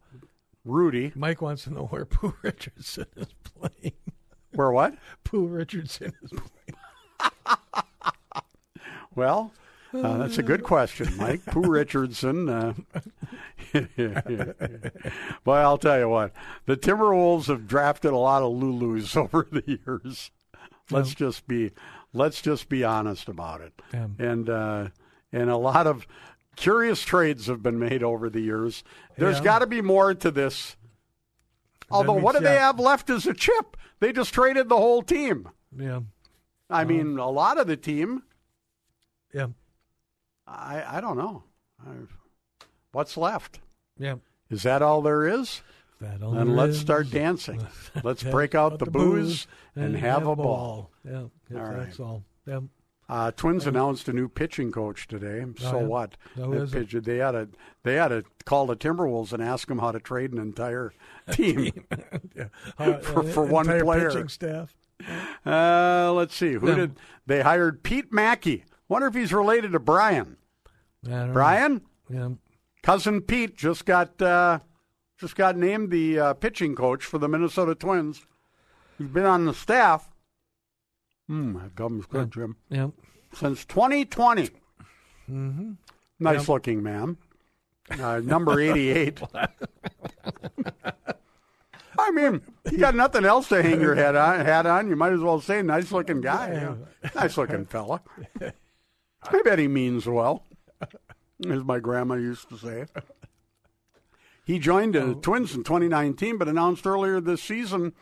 C: Rudy.
B: Mike wants to know where Pooh <laughs> Richardson is playing.
C: Where what?
B: Pooh Richardson is playing.
C: Well, uh, that's a good question, Mike.
B: <laughs>
C: Pooh Richardson. Uh, <laughs> well, I'll tell you what. The Timberwolves have drafted a lot of Lulus <laughs> over the years. Let's just be let's just be honest about it.
B: Yeah.
C: And uh, and a lot of curious trades have been made over the years. There's
B: Yeah.
C: got to be more to this. Although,
B: means-
C: what do they
B: yeah.
C: have left as a chip? They just traded the whole team.
B: Yeah. Uh-huh.
C: I mean, a lot of the team.
B: Yeah.
C: I I don't know. I, what's left?
B: Yeah.
C: Is that all there is?
B: That
C: Then let's
B: <laughs>
C: start dancing. Let's break out the booze and have a ball.
B: Yeah.
C: All right.
B: That's all. Yeah.
C: Uh, Twins announced a new pitching coach today. So
B: Oh, yeah?
C: what?
B: Who
C: That
B: is it?
C: pitch- they had to they had to call the Timberwolves and ask them how to trade
B: <laughs>
C: an entire team.
B: yeah. All right,
C: <laughs> For-
B: uh,
C: for one
B: entire
C: player.
B: pitching staff.
C: uh, let's see who
B: Yeah.
C: did they hired? Pete Mackey. Wonder if he's related to Brian.
B: I don't know.
C: Brian,
B: Yeah.
C: cousin Pete just got uh, just got named the uh, pitching coach for the Minnesota Twins. He's been on the staff. Mm, that gum's good, Jim.
B: Yeah.
C: Since 2020. Mm-hmm. Nice looking man. Uh, number 88. I mean, you got nothing else to hang your head on, hat on. You might as well say nice looking guy. yeah. Nice looking fella. I bet he means well, as my grandma used to say. He joined the Twins in 2019, but announced earlier this season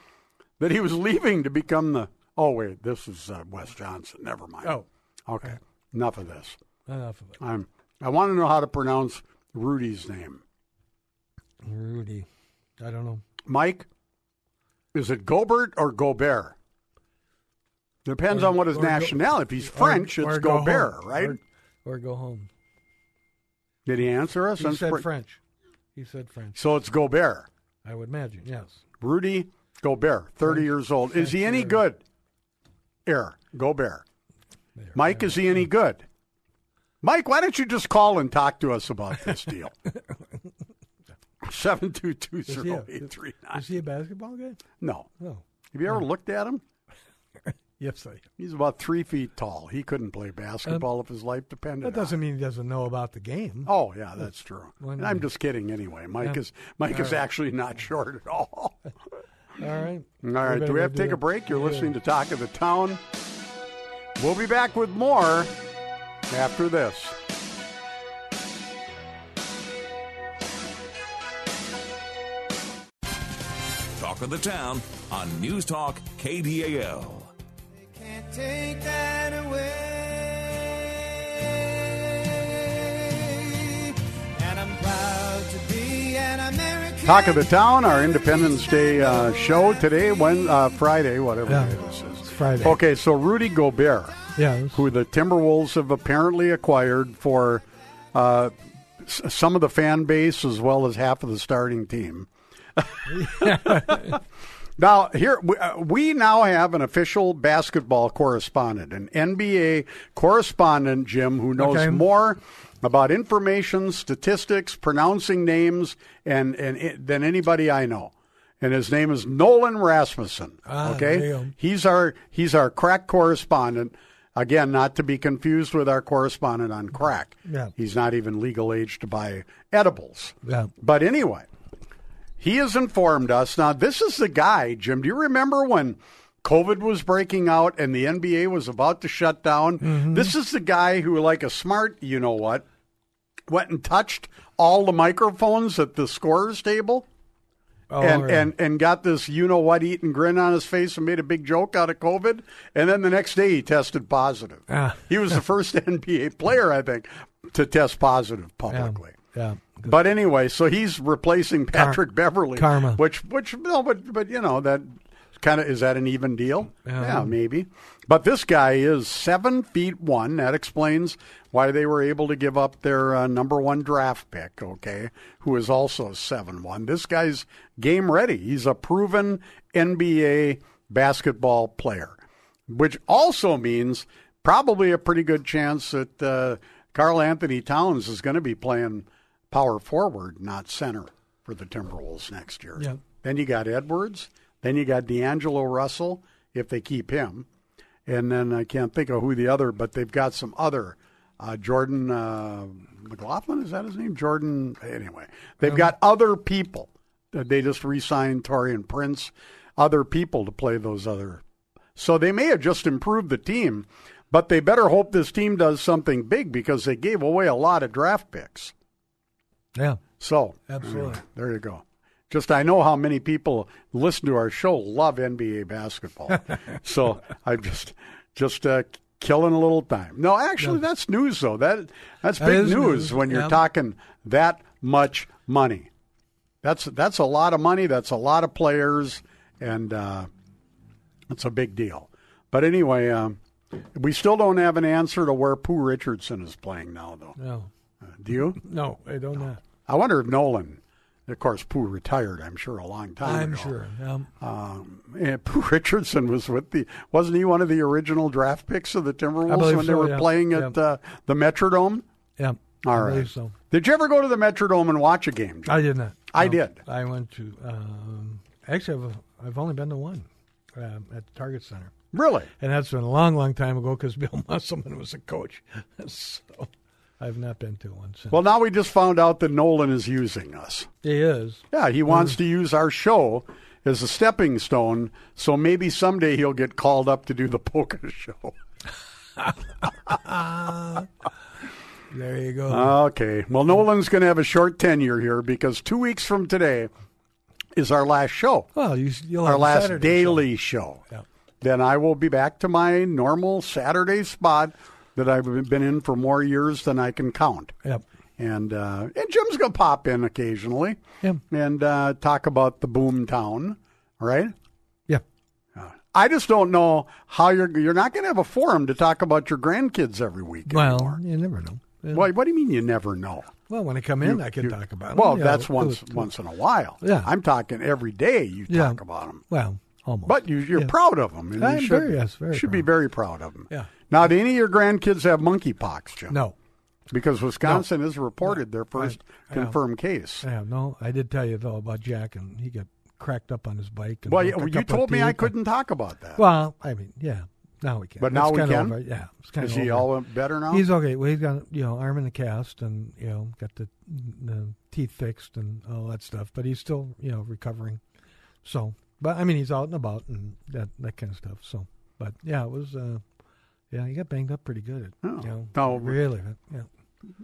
C: that he was leaving to become the. Oh wait, this is uh, Wes Johnson. Never mind.
B: Oh.
C: okay. Enough of this.
B: Enough of it.
C: I'm. I want to know how to pronounce Rudy's name.
B: Rudy. I don't know.
C: Mike, is it Gobert or Gobert? Depends on what his
B: or Go-
C: nationality. If he's
B: Or-
C: French,
B: or
C: it's
B: go
C: Gobert,
B: home.
C: right?
B: Or, or go home.
C: Did he answer us?
B: He
C: I'm
B: said
C: spr-
B: French. He said French.
C: So it's Gobert.
B: I would imagine. Yes.
C: Rudy Gobert, 30 years old. Is he any good? Air, Gobert.
B: There.
C: Mike, is he any good? Mike, why don't you just call and talk to us about
B: <laughs>
C: this deal? Seven two two
B: Is he,
C: zero eight three
B: a,
C: nine.
B: is he Oh. a basketball guy?
C: No.
B: No.
C: Have you ever looked at him?
B: Yes, I.
C: He's about three feet tall. He couldn't play basketball if his life depended
B: Um, That
C: on
B: doesn't mean he doesn't know about the game.
C: it. Oh, yeah, that's true.
B: Why
C: And
B: not?
C: I'm just kidding anyway. Mike
B: Yeah.
C: is Mike is
B: right.
C: actually not short at all.
B: All right.
C: All right, do
B: better
C: we have to
B: go
C: take a
B: that.
C: break? You're
B: Yeah.
C: listening to Talk of the Town. We'll be back with more after this.
A: Talk of the Town on News Talk KDAL.
E: Can't take that away. And I'm proud to be an American.
C: Talk of the Town, our Independence Day uh, show today, when uh, Friday, whatever
B: Yeah.
C: day this is.
B: Friday.
C: Okay, so Rudy Gobert,
B: Yeah. it was-
C: who the Timberwolves have apparently acquired for uh, s- some of the fan base as well as half of the starting team. <laughs> now here we, uh, we now have an official basketball correspondent, an NBA correspondent, Jim, who knows
B: Okay.
C: more about information, statistics, pronouncing names, and and it, than anybody I know. And his name is Nolan Rasmussen.
B: Ah,
C: okay,
B: there you go.
C: He's our he's our crack correspondent. Again, not to be confused with our correspondent on crack.
B: Yeah.
C: He's not even legal age to buy edibles.
B: Yeah.
C: But anyway, he has informed us. Now, this is the guy, Jim. Do you remember when COVID was breaking out and the NBA was about to shut down? This is the guy who, like a smart, you know what, went and touched all the microphones at the scorer's table
B: Oh,
C: and,
B: all right.
C: and and got this you know what eating grin on his face and made a big joke out of COVID. And then the next day he tested positive.
B: Ah. <laughs>
C: He was the first NBA player, I think, to test positive publicly.
B: yeah.
C: But anyway, so he's replacing Patrick Beverly,
B: karma.
C: which which no, but but you know that kind of is that an even deal?
B: Yeah.
C: yeah, maybe. But this guy is seven feet one. That explains why they were able to give up their uh, number one draft pick. Okay, who is also seven one. This guy's game ready. He's a proven NBA basketball player, which also means probably a pretty good chance that uh, Carl Anthony Towns is going to be playing power forward, not center, for the Timberwolves next year.
B: Yeah.
C: Then you got Edwards. Then you got D'Angelo Russell, if they keep him. And then I can't think of who the other, but they've got some other. Uh, Jordan uh, McLaughlin, is that his name? Jordan, anyway. They've got other people. Uh, They just re signed Torian Prince, other people to play those other. So they may have just improved the team, but they better hope this team does something big because they gave away a lot of draft picks.
B: Yeah.
C: So
B: Absolutely.
C: anyway, there you go. Just I know how many people listen to our show love
B: <laughs>
C: NBA basketball, so I'm just just uh, killing a little time. No, actually, that's news though. That that's
B: That
C: big
B: is
C: news,
B: news,
C: when you're
B: yeah.
C: talking that much money. That's that's a lot of money. That's a lot of players, and uh, it's a big deal. But anyway, um, we still don't have an answer to where Pooh Richardson is playing now, though.
B: No.
C: Do you?
B: No, I don't know.
C: I wonder if Nolan, of course, Pooh retired. I'm sure a long time
B: I'm
C: ago.
B: sure. Um,
C: And <laughs> Pooh Richardson was with the wasn't he one of the original draft picks of the Timberwolves
B: believe
C: when they
B: so,
C: were
B: yeah.
C: playing at
B: Yeah.
C: uh, the Metrodome?
B: yeah.
C: All
B: I
C: right.
B: believe So.
C: Did you ever go to the Metrodome and watch a game? Jim?
B: I did not.
C: I did.
B: I went to. Um, actually, I've, I've only been to one um, at the Target Center,
C: Really?
B: and that's been a long, long time ago because Bill <laughs> Musselman was a coach. <laughs> so I've not been to one since.
C: Well, now we just found out that Nolan is using us.
B: he is.
C: Yeah, he wants
B: Mm.
C: to use our show as a stepping stone, so maybe someday he'll get called up to do the <laughs> poker show.
B: There you go.
C: Okay. Well, Nolan's going to have a short tenure here because two weeks from today is our last show,
B: well, you, s- you'll
C: our
B: have a
C: last
B: Saturday
C: daily show.
B: show. Yeah.
C: Then I will be back to my normal Saturday spot that I've been in for more years than I can count.
B: Yep.
C: And uh, and Jim's going to pop in occasionally
B: Yeah.
C: and uh, talk about the boom town, right?
B: Yeah.
C: I just don't know how you're you're not going to have a forum to talk about your grandkids every week.
B: Well,
C: anymore.
B: you never know. Uh,
C: Why- what do you mean you never know?
B: Well, when I come in, I can talk about it.
C: Well,
B: Yeah,
C: that's
B: it
C: once
B: was-
C: once in a while.
B: Yeah.
C: I'm talking every day. You
B: Yeah.
C: talk about them,
B: Well, almost.
C: but you, you're
B: Yeah.
C: proud of them. And
B: I'm
C: you should,
B: very- yes, very
C: should be
B: proud.
C: very proud of them.
B: Yeah.
C: Now, do any of your grandkids have monkeypox, Jim?
B: no,
C: because Wisconsin has reported their first
B: I know.
C: confirmed case.
B: I have no. I did tell you though about Jack, and he got cracked up on his bike. And
C: Well,
B: broke
C: you,
B: a
C: you
B: couple of
C: told me I
B: teeth.
C: couldn't talk about that.
B: Well, I mean, yeah. Now we can.
C: But now
B: It's
C: we
B: kinda
C: can?
B: Over. Yeah, it's kind
C: Is
B: of
C: he
B: over.
C: all better now?
B: He's okay. Well, he's got you know arm in the cast, and you know got the, the teeth fixed and all that stuff. But he's still you know recovering. So, but I mean, he's out and about and that that kind of stuff. So, but yeah, it was. uh Yeah, he got banged up pretty good. At,
C: Oh.
B: you know,
C: No, but-
B: really. Yeah.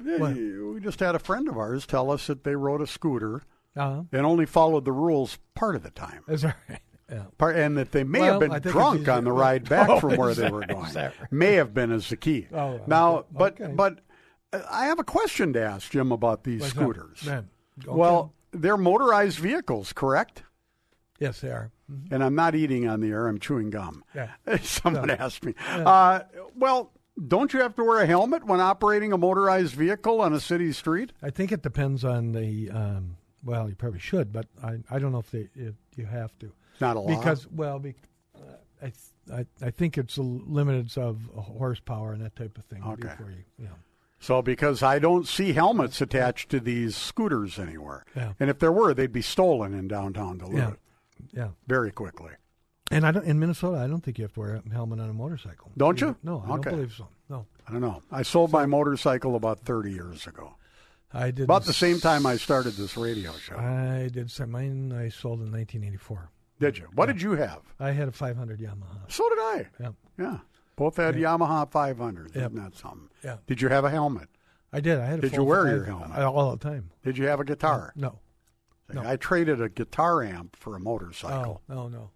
C: Yeah,
B: What?
C: you- we just had a friend of ours tell us that they rode a scooter
B: Uh,
C: and only followed the rules part of the time.
B: Is <laughs> all right. Yeah.
C: Part, and that they may
B: Well,
C: have
B: I
C: been
B: think
C: drunk
B: it's easier-
C: on
B: <laughs>
C: the ride back
F: Oh,
C: from where
F: is
C: they
F: that-
C: were going.
F: is that right?
C: May have been is the key.
B: Oh,
C: now,
B: okay,
C: but
B: okay.
C: but uh, I have a question to ask Jim about these
B: What's up?
C: scooters.
B: Man, okay.
C: Well, they're motorized vehicles, correct?
B: yes, they are. Mhm.
C: And I'm not eating on the air; I'm chewing gum.
B: Yeah.
C: <laughs> Someone asked me. Uh, well, don't you have to wear a helmet when operating a motorized vehicle on a city street?
B: I think it depends on the. Um, well, you probably should, but I, I don't know if, they, if you have to.
C: It's not a law.
B: Because well, be, uh, I, th- I I think it's the limits of horsepower and that type of thing.
C: Okay.
B: Before you, yeah.
C: So, because I don't see helmets attached to these scooters anywhere,
B: Yeah.
C: and if there were, they'd be stolen in downtown Duluth
B: yeah, yeah.
C: very quickly.
B: And I don't in Minnesota. I don't think you have to wear a helmet on a motorcycle.
C: Don't you?
B: No, I
C: Okay.
B: don't believe so. No,
C: I don't know. I sold my motorcycle about 30 years ago,
B: I did
C: about the same time I started this radio show.
B: I did some. Mine I sold in 1984.
C: Did you? What did you have?
B: I had a 500 Yamaha.
C: So did I.
B: Yeah,
C: Yeah. Both had Yamaha 500s.
B: Yep.
C: Isn't that something?
B: Yeah.
C: Did you have a helmet?
B: I did. I had. A
C: Did you
B: full-
C: wear
B: I-
C: your helmet?
B: I- all the time? Uh,
C: Did you have a guitar?
B: No. no.
C: I traded a guitar amp for a
B: Oh
C: motorcycle.
B: no no. Oh.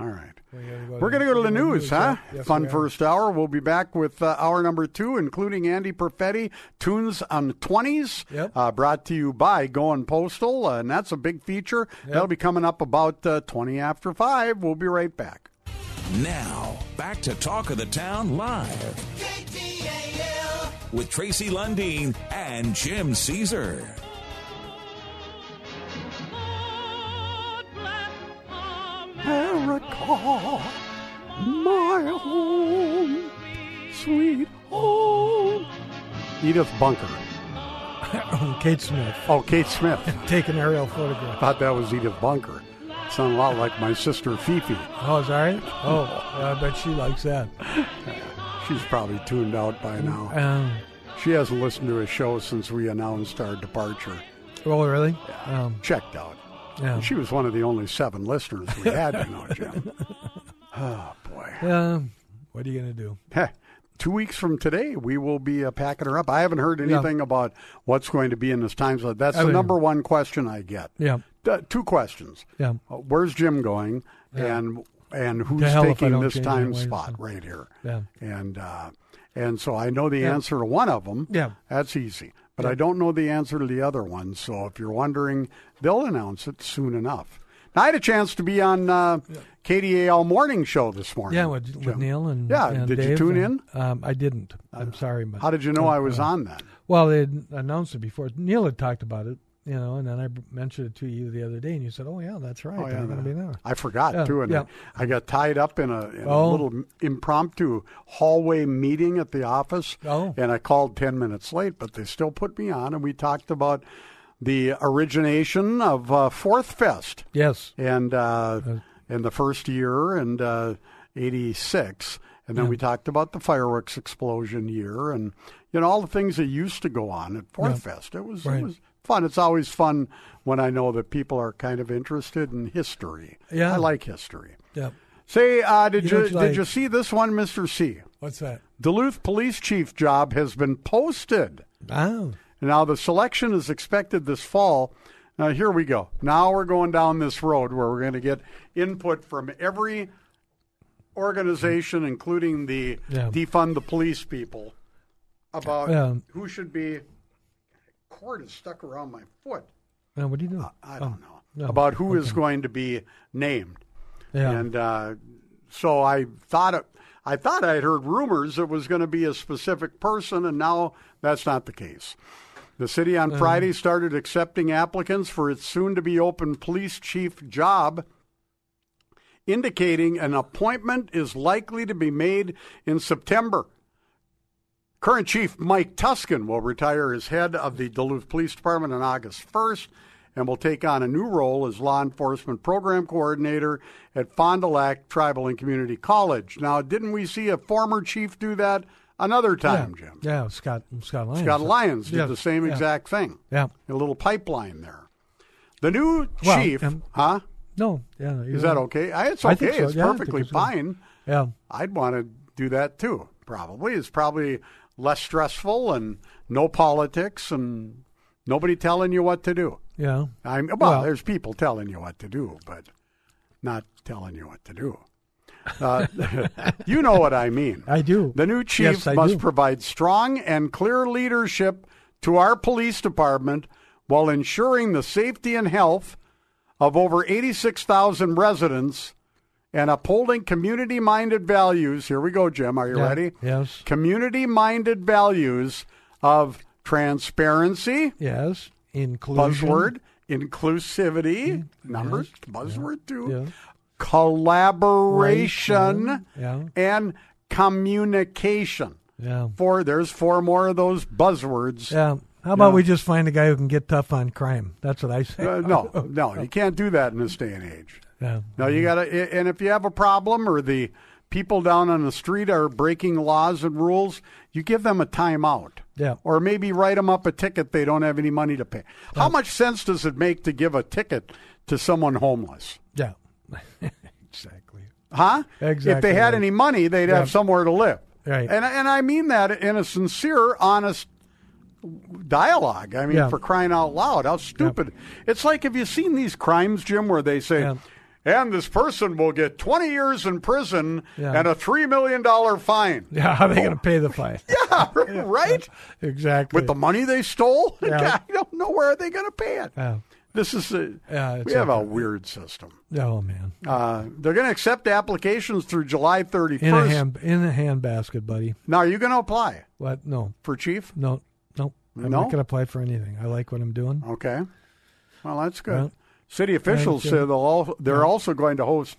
C: All right.
B: We gotta
C: We're going to go to the news, huh?
B: yeah. Yes,
C: Fun
B: we are.
C: first hour. We'll be back with uh, hour number two, including Andy Perfetti, Tunes on the 20s,
B: Yep.
C: uh, brought to you by Going Postal. Uh, and that's a big feature. That'll be coming up about uh, 20 after 5. We'll be right back.
A: Now, back to Talk of the Town Live
E: KTAL.
A: with Tracy Lundeen and Jim Caesar.
C: America, my home, sweet home. Edith Bunker.
B: <coughs> Kate Smith.
C: Oh, Kate Smith. <laughs>
B: Take an aerial photograph.
C: Thought that was Edith Bunker. Sounded a lot like my sister Fifi.
B: Oh, is that right? Oh, yeah, I bet she likes that.
C: She's probably tuned out by now.
B: Um,
C: She hasn't listened to a show since we announced our departure.
B: oh, really? Um,
C: Checked out.
B: yeah.
C: She was one of the only seven listeners we had, you know,
B: <laughs>
C: Jim. Oh, boy.
B: Um, what are you going to do?
C: Heh. Two weeks from today, we will be uh, packing her up. I haven't heard
B: Yeah.
C: anything about what's going to be in this time slot. That's
B: I
C: the
B: mean-
C: number one question I get.
B: Yeah,
C: D- two questions:
B: yeah.
C: Uh, Where's Jim going,
B: Yeah.
C: and and who's
B: hell if I
C: taking
B: don't
C: this
B: change
C: time
B: my ways,
C: spot
B: so.
C: right here?
B: Yeah.
C: And uh, and so I know the
B: Yeah.
C: answer to one of them.
B: Yeah.
C: that's easy. But I don't know the answer to the other one. So if you're wondering, they'll announce it soon enough. Now, I had a chance to be on uh, KDAL morning show this morning.
B: Yeah, with, with
C: Jim.
B: Neil and
C: Yeah,
B: and
C: did you
B: Dave
C: tune
B: and- Um, I didn't. I'm sorry. But,
C: How did you know
B: uh,
C: I was
B: uh,
C: on that?
B: Well, they had announced it before. Neil had talked about it, you know, and then I b- mentioned it to you the other day, and you said, "Oh yeah, that's right.
C: Oh, yeah,
B: I'm going to be
C: that-
B: there."
C: I forgot
B: Yeah,
C: too, and
B: yeah.
C: I, I got tied up in a, in a
B: Oh.
C: little impromptu hallway meeting at the office.
B: Oh.
C: and I called ten minutes late, but they still put me on, and we talked about the origination of uh, Fourth Fest
B: Yes.
C: and uh,
B: Uh-huh.
C: and the first year and uh, '86, and then we talked about the fireworks explosion year, and you know all the things that used to go on at Fourth Fest. It was
B: Right.
C: it was fun. It's always fun when I know that people are kind of interested in history.
B: Yeah.
C: I like history.
B: Yeah.
C: Say, uh, did
B: You
C: you,
B: don't
C: did
B: like-
C: you see this one, Mister C?
B: What's that?
C: Duluth police chief job has been posted.
B: Oh,
C: Now, the selection is expected this fall. Now, here we go. Now we're going down this road where we're going to get input from every organization, including the
B: Yeah.
C: defund the police people, about
B: Yeah.
C: who should be. Cord is stuck around my foot.
B: now what do you do?
C: Uh, I don't know
B: Oh. no,
C: about who is going to be named,
B: Yeah.
C: and uh, so I thought it. I thought I had heard rumors it was going to be a specific person, and now that's not the case. The city on Friday started accepting applicants for its soon to be open police chief job, indicating an appointment is likely to be made in September. Current Chief Mike Tuskin will retire as head of the Duluth Police Department on August 1st and will take on a new role as law enforcement program coordinator at Fond du Lac Tribal and Community College. Now, didn't we see a former chief do that another time, Jim?
B: yeah, Scott Scott Lyons.
C: Scott Lyons did
B: Yeah,
C: the same
B: yeah,
C: exact thing.
B: Yeah.
C: A little pipeline there. The new
B: Well,
C: chief,
B: um,
C: huh?
B: No. Yeah.
C: Is that okay? I- It's okay.
B: I think so,
C: It's
B: yeah, I think
C: perfectly
B: it's good.
C: fine.
B: Yeah.
C: I'd want to do that too. Probably it's probably less stressful and no politics and nobody telling you what to do.
B: Yeah.
C: I'm well,
B: Well-
C: there's people telling you what to do, but not telling you what to do. Uh, <laughs> you know what I mean.
B: I do.
C: The new chief
B: Yes, I
C: must
B: do.
C: provide strong and clear leadership to our police department while ensuring the safety and health of over 86,000 residents and upholding community minded values. Here we go, Jim. Are you
B: Yeah,
C: ready?
B: Yes.
C: Community minded values of transparency,
B: Yes. Inclusion. Mm-hmm.
C: buzzword, inclusivity, numbers, buzzword too,
B: Yeah. Mm-hmm.
C: collaboration,
B: Yeah.
C: and communication.
B: Yeah.
C: Four, there's four more of those buzzwords.
B: Yeah. How about we just find a guy who can get tough on crime? That's what I say.
C: Uh, no, no, you can't do that in this day and age.
B: Yeah.
C: No, you got to, and if you have a problem or the people down on the street are breaking laws and rules, you give them a timeout.
B: Yeah.
C: Or maybe write them up a ticket they don't have any money to pay. How much sense does it make to give a ticket to someone homeless?
B: Yeah. <laughs> exactly.
C: Huh? If
B: Exactly
C: they had
B: right.
C: any money, they'd have somewhere to live.
B: Right.
C: And and I mean that in a sincere, honest dialogue. I mean,
B: Yeah.
C: for crying out loud, how stupid! It's like have you seen these crimes, Jim, where they say.
B: Yeah.
C: And this person will get 20 years in prison
B: Yeah.
C: and a $3 million fine.
B: Yeah. How are they going to pay the
C: <laughs>
B: fine?
C: right?
B: Exactly.
C: Oh. With the money they stole? <laughs>
B: Yeah.
C: I don't know where are they going to pay it.
B: Yeah.
C: This is a,
B: Yeah, it's
C: we have
B: like
C: a
B: a-
C: weird system.
B: Oh man.
C: Uh, they're going to accept applications through July 31st.
B: In a hand in a handbasket, buddy.
C: Now, are you going to apply
B: What? No.
C: for chief?
B: No. No. I'm
C: No?
B: not
C: Oh.
B: going to apply for anything. I like what I'm doing.
C: Okay. Well, that's good.
B: Well,
C: City officials
B: thank
C: say
B: you.
C: they'll all, they're also going to host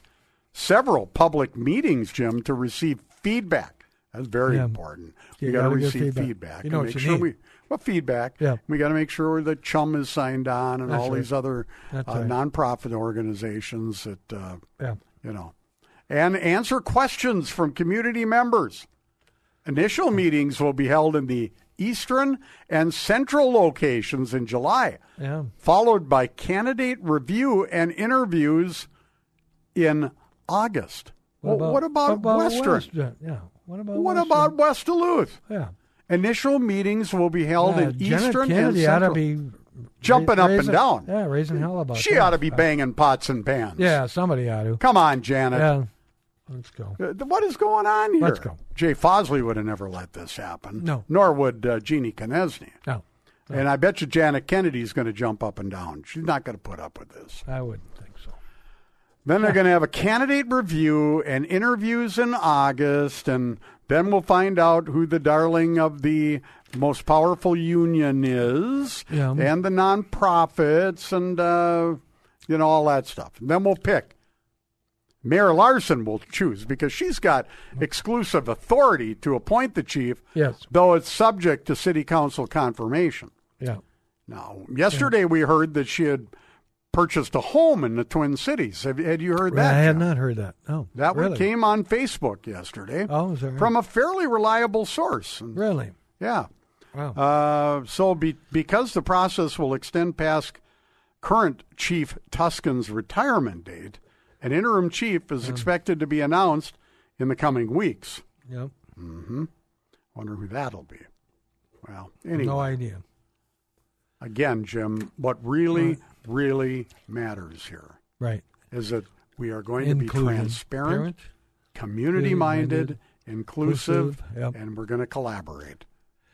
C: several public meetings, Jim, to receive feedback. That's very
B: Yeah.
C: important.
B: You
C: we got to
B: gotta get
C: receive
B: feedback.
C: feedback.
B: You know
C: and
B: what
C: make
B: you
C: sure
B: need.
C: we well feedback.
B: Yeah.
C: We got to make sure the chum is signed on and
B: That's
C: all
B: right.
C: these other uh,
B: That's right.
C: nonprofit organizations that uh,
B: Yeah.
C: you know, and answer questions from community members. Initial meetings will be held in the eastern and central locations in July,
B: Yeah.
C: followed by candidate review and interviews in August. Well, what about, Western?
B: Western? Yeah. What about
C: What
B: Western?
C: about West Duluth?
B: yeah?
C: Initial meetings will be held
B: yeah
C: in
B: Janet
C: eastern and
B: Kennedy ought
C: central.
B: to be
C: Jumping up and
B: raising-
C: down.
B: Yeah, raising hell about.
C: she
B: that.
C: ought to be banging pots and pans.
B: Uh, Yeah, somebody ought to.
C: Come on, Janet.
B: Yeah. Let's go.
C: Uh, What is going on here?
B: Let's go.
C: Jay Fosley would have never let this happen.
B: No.
C: Nor would uh, Jeannie Kinesny.
B: No,
C: And I bet you Janet Kennedy's going to jump up and down. She's not going to put up with this.
B: I wouldn't think so.
C: Then they're going to have a candidate review and interviews in August, and then we'll find out who the darling of the most powerful union is,
B: Yeah.
C: and the nonprofits, and uh, you know all that stuff. And then we'll pick. Mayor Larson will choose because she's got exclusive authority to appoint the chief,
B: Yes.
C: though it's subject to city council confirmation.
B: Yeah.
C: Now, yesterday we heard that she had purchased a home in the Twin Cities. Have, had you heard that?
B: I had
C: Jeff?
B: not heard that. No.
C: That one
B: really?
C: came on Facebook yesterday
B: Oh, is that right?
C: from a fairly reliable source. And-
B: Really?
C: Yeah.
B: Wow.
C: Uh, so, be, because the process will extend past current Chief Tuscan's retirement date, an interim chief
B: Mm.
C: is expected to be announced in the coming weeks.
B: yep.
C: Wonder who that'll be. Well, anyway.
B: No idea.
C: again, Jim, what
B: Mm.
C: really, really matters here
B: Right.
C: is that we are going to be
B: Including
C: transparent,
B: parents?
C: community minded, inclusive,
B: inclusive, yep.
C: and we're going to collaborate.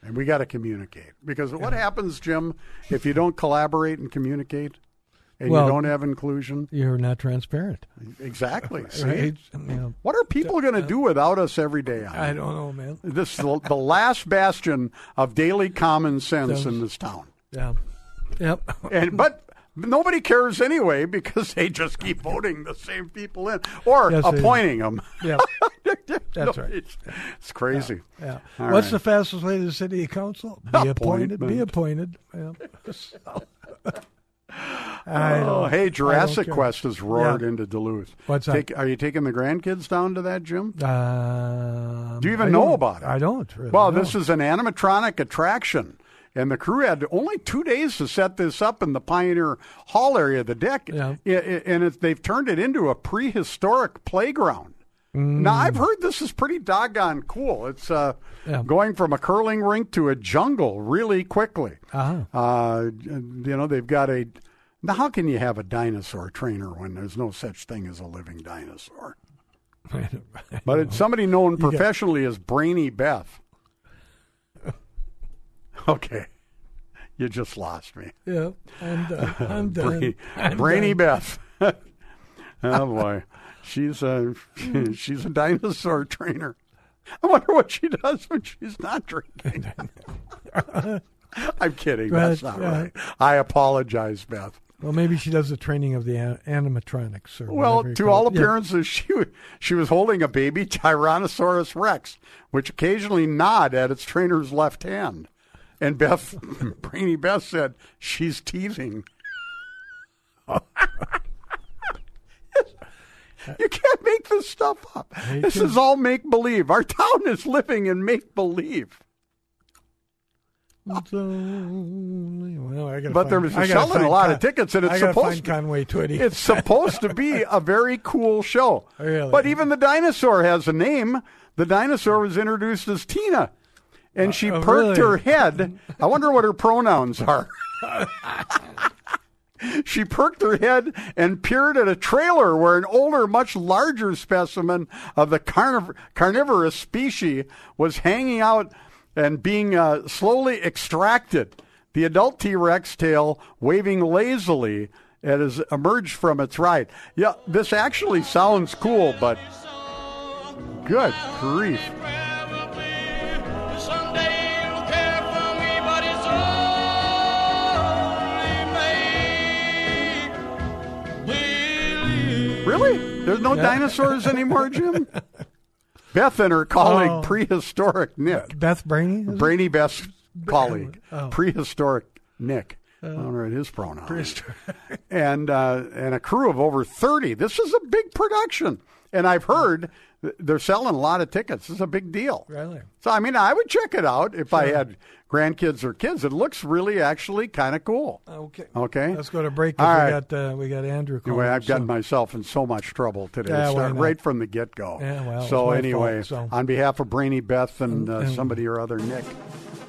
C: And we got to communicate because what happens, Jim, if you don't collaborate and communicate, and
B: Well-
C: you don't have inclusion?
B: You're not transparent. <laughs>
C: Exactly. See?
B: Right? Yeah.
C: What are people going to do without us every day? I
B: I
C: mean,
B: don't know, man.
C: This is the the last bastion of daily common sense
B: Sounds-
C: in this town.
B: Yeah. Yep. <laughs>
C: and but nobody cares anyway because they
B: <laughs>
C: just keep voting the same people in or
B: Yes, they do.
C: appointing them. <laughs>
B: Yeah. That's right.
C: It's, it's crazy.
B: Yeah.
C: All
B: What's
C: right.
B: the fastest way to the city council? Be appointed. Be appointed.
C: <laughs>
B: Yeah. I
C: Oh,
B: don't- I
C: hey,
B: don't
C: Jurassic
B: care.
C: Quest has roared
B: Yeah.
C: into Duluth.
B: What's that?
C: Take, are you taking the grandkids down to that, Jim?
B: Um,
C: Uh, Do you even
B: I
C: know
B: don't-
C: about it?
B: I don't. Really,
C: Well,
B: no. <laughs>
C: this is an animatronic attraction, and the crew had only two days to set this up in the Pioneer Hall area of the deck,
B: Yeah.
C: I- I- and it, they've turned it into a prehistoric playground.
B: Mm.
C: Now, I've heard this is pretty doggone cool. It's uh,
B: Yeah.
C: going from a curling rink to a jungle really quickly.
B: Uh-huh.
C: Uh, you know, they've got a Now, how can you have a dinosaur trainer when there's no such thing as a living dinosaur? <laughs> But it's somebody known professionally as Brainy Beth. <laughs> Okay. You just lost me.
B: yeah, I'm done.
C: <laughs>
B: I'm done.
C: Brainy,
B: <laughs> I'm
C: Brainy
B: done.
C: Beth. <laughs> oh boy. She's a <laughs> she's a dinosaur trainer. I wonder what she does when she's not drinking.
B: <laughs>
C: <laughs> I'm kidding. That's
B: Right,
C: not
B: right.
C: right. I apologize, Beth.
B: Well, maybe she does the training of the an- animatronics. Or
C: Well,
B: whatever you
C: to
B: call
C: all
B: it. Yeah.
C: appearances, <laughs> she wa- she was holding a baby Tyrannosaurus rex, which occasionally gnawed at its trainer's left hand. And Beth, <laughs> Brainy Beth said, she's teething. <laughs> you can't make this stuff up. This
B: can.
C: is all make believe. Our town is living in make believe.
B: It's only- well, I gotta
C: But
B: find-
C: they're
B: I gotta
C: selling a
B: find
C: lot of tickets, and it's
B: I gotta
C: supposed
B: find
C: to-
B: Conway Twitty.
C: It's supposed to be a very cool show.
B: Really?
C: But even the dinosaur has a name. The dinosaur was introduced as Tina, and she
B: Uh, oh,
C: perked
B: really?
C: her head. I wonder what her
B: <laughs>
C: pronouns are. she perked her head and peered at a trailer where an older, much larger specimen of the carniv- carnivorous species was hanging out and being uh, slowly extracted. The adult T Rex tail waving lazily as has emerged from its right. Yeah, this actually sounds cool, but good grief.
F: Someday you'll care for me, but it's only make believe.
C: Really? There's no dinosaurs
B: <laughs>
C: anymore, Jim? Beth and her colleague,
B: Oh.
C: prehistoric Nick.
B: Beth Brainy. is it?
C: Brainy Beth's colleague,
B: Oh.
C: prehistoric Nick. I don't know what his pronoun. <laughs> and uh, and a crew of over thirty. This is a big production, and I've heard th- they're selling a lot of tickets. This is a big deal.
B: Really?
C: So I mean, I would check it out if I had grandkids or kids. It looks really, actually, kind of cool.
B: Okay.
C: Okay.
B: Let's go to break. 'cause
C: All
B: we
C: right.
B: got uh, we got Andrew. Calling,
C: Anyway, I've
B: so-
C: gotten myself in so much trouble today,
B: Yeah, why
C: start
B: not?
C: right from the get go.
B: Yeah, well, it's
C: so
B: my
C: anyway,
B: fault, so-
C: on behalf of Brainy Beth and uh,
B: and-
C: somebody or other, Nick,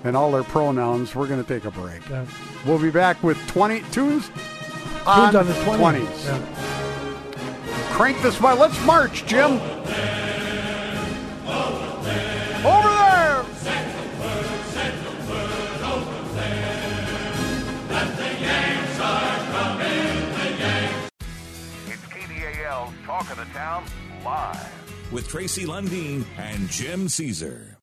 C: and all their pronouns, we're going to take a break.
B: Yeah.
C: We'll be back with 20 tunes
B: Tunes
C: on,
B: on the
C: 20s.
B: 20s. Yeah.
C: Crank this by. Let's march, Jim. Over there.
G: It's KDAL's Talk of the Town live.
A: with Tracy Lundeen and Jim Caesar.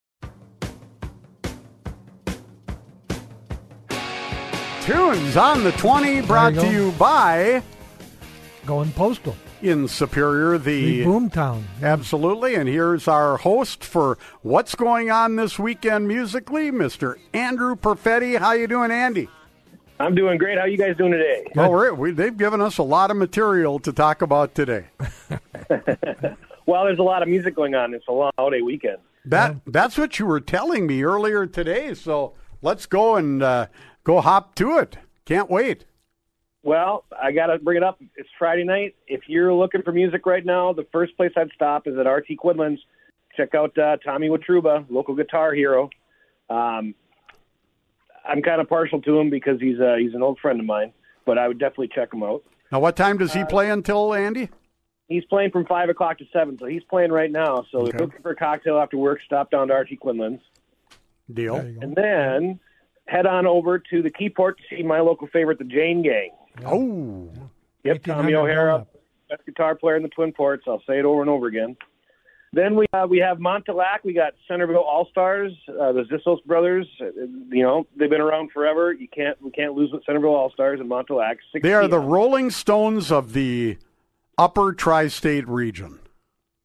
C: Tunes on the 20 brought
B: you
C: to
B: go.
C: you by
B: Going postal.
C: in Superior,
B: The
C: the
B: Boomtown.
C: Absolutely. And here's our host for what's going on this weekend musically, Mr. Andrew Perfetti. How you doing, Andy?
H: I'm doing great. How you guys doing today?
C: Well, we're, we, they've given us a lot of material to talk about today.
H: Well, there's a lot of music going on. It's a long holiday weekend.
C: That that's what you were telling me earlier today. So let's go and uh, go hop to it. Can't wait.
H: Well, I got to bring it up. It's Friday night. If you're looking for music right now, the first place I'd stop is at RT Quinlan's. Check out uh, Tommy Watruba, local guitar hero. Um, I'm kind of partial to him because he's uh, he's an old friend of mine, but I would definitely check him out.
C: Now, what time does he play until Andy?
H: He's playing from five o'clock to seven, so he's playing right now. So if
C: Okay.
H: you're looking for a cocktail after work, stop down to RT Quinlan's.
C: Deal.
H: and then head on over to the Keyport to see my local favorite, the Jane Gang.
C: Oh,
H: Yep, Tommy
B: 1800
H: O'Hara,
B: lineup.
H: best guitar player in the Twin Ports. I'll say it over and over again. Then we uh, we have Montelac. We got Centerville All Stars, uh, the Zissos brothers. Uh, you know they've been around forever. You can't we can't lose with Centerville All Stars and Montelac. 6
C: they are the
H: p.m.
C: Rolling Stones of the upper tri-state region.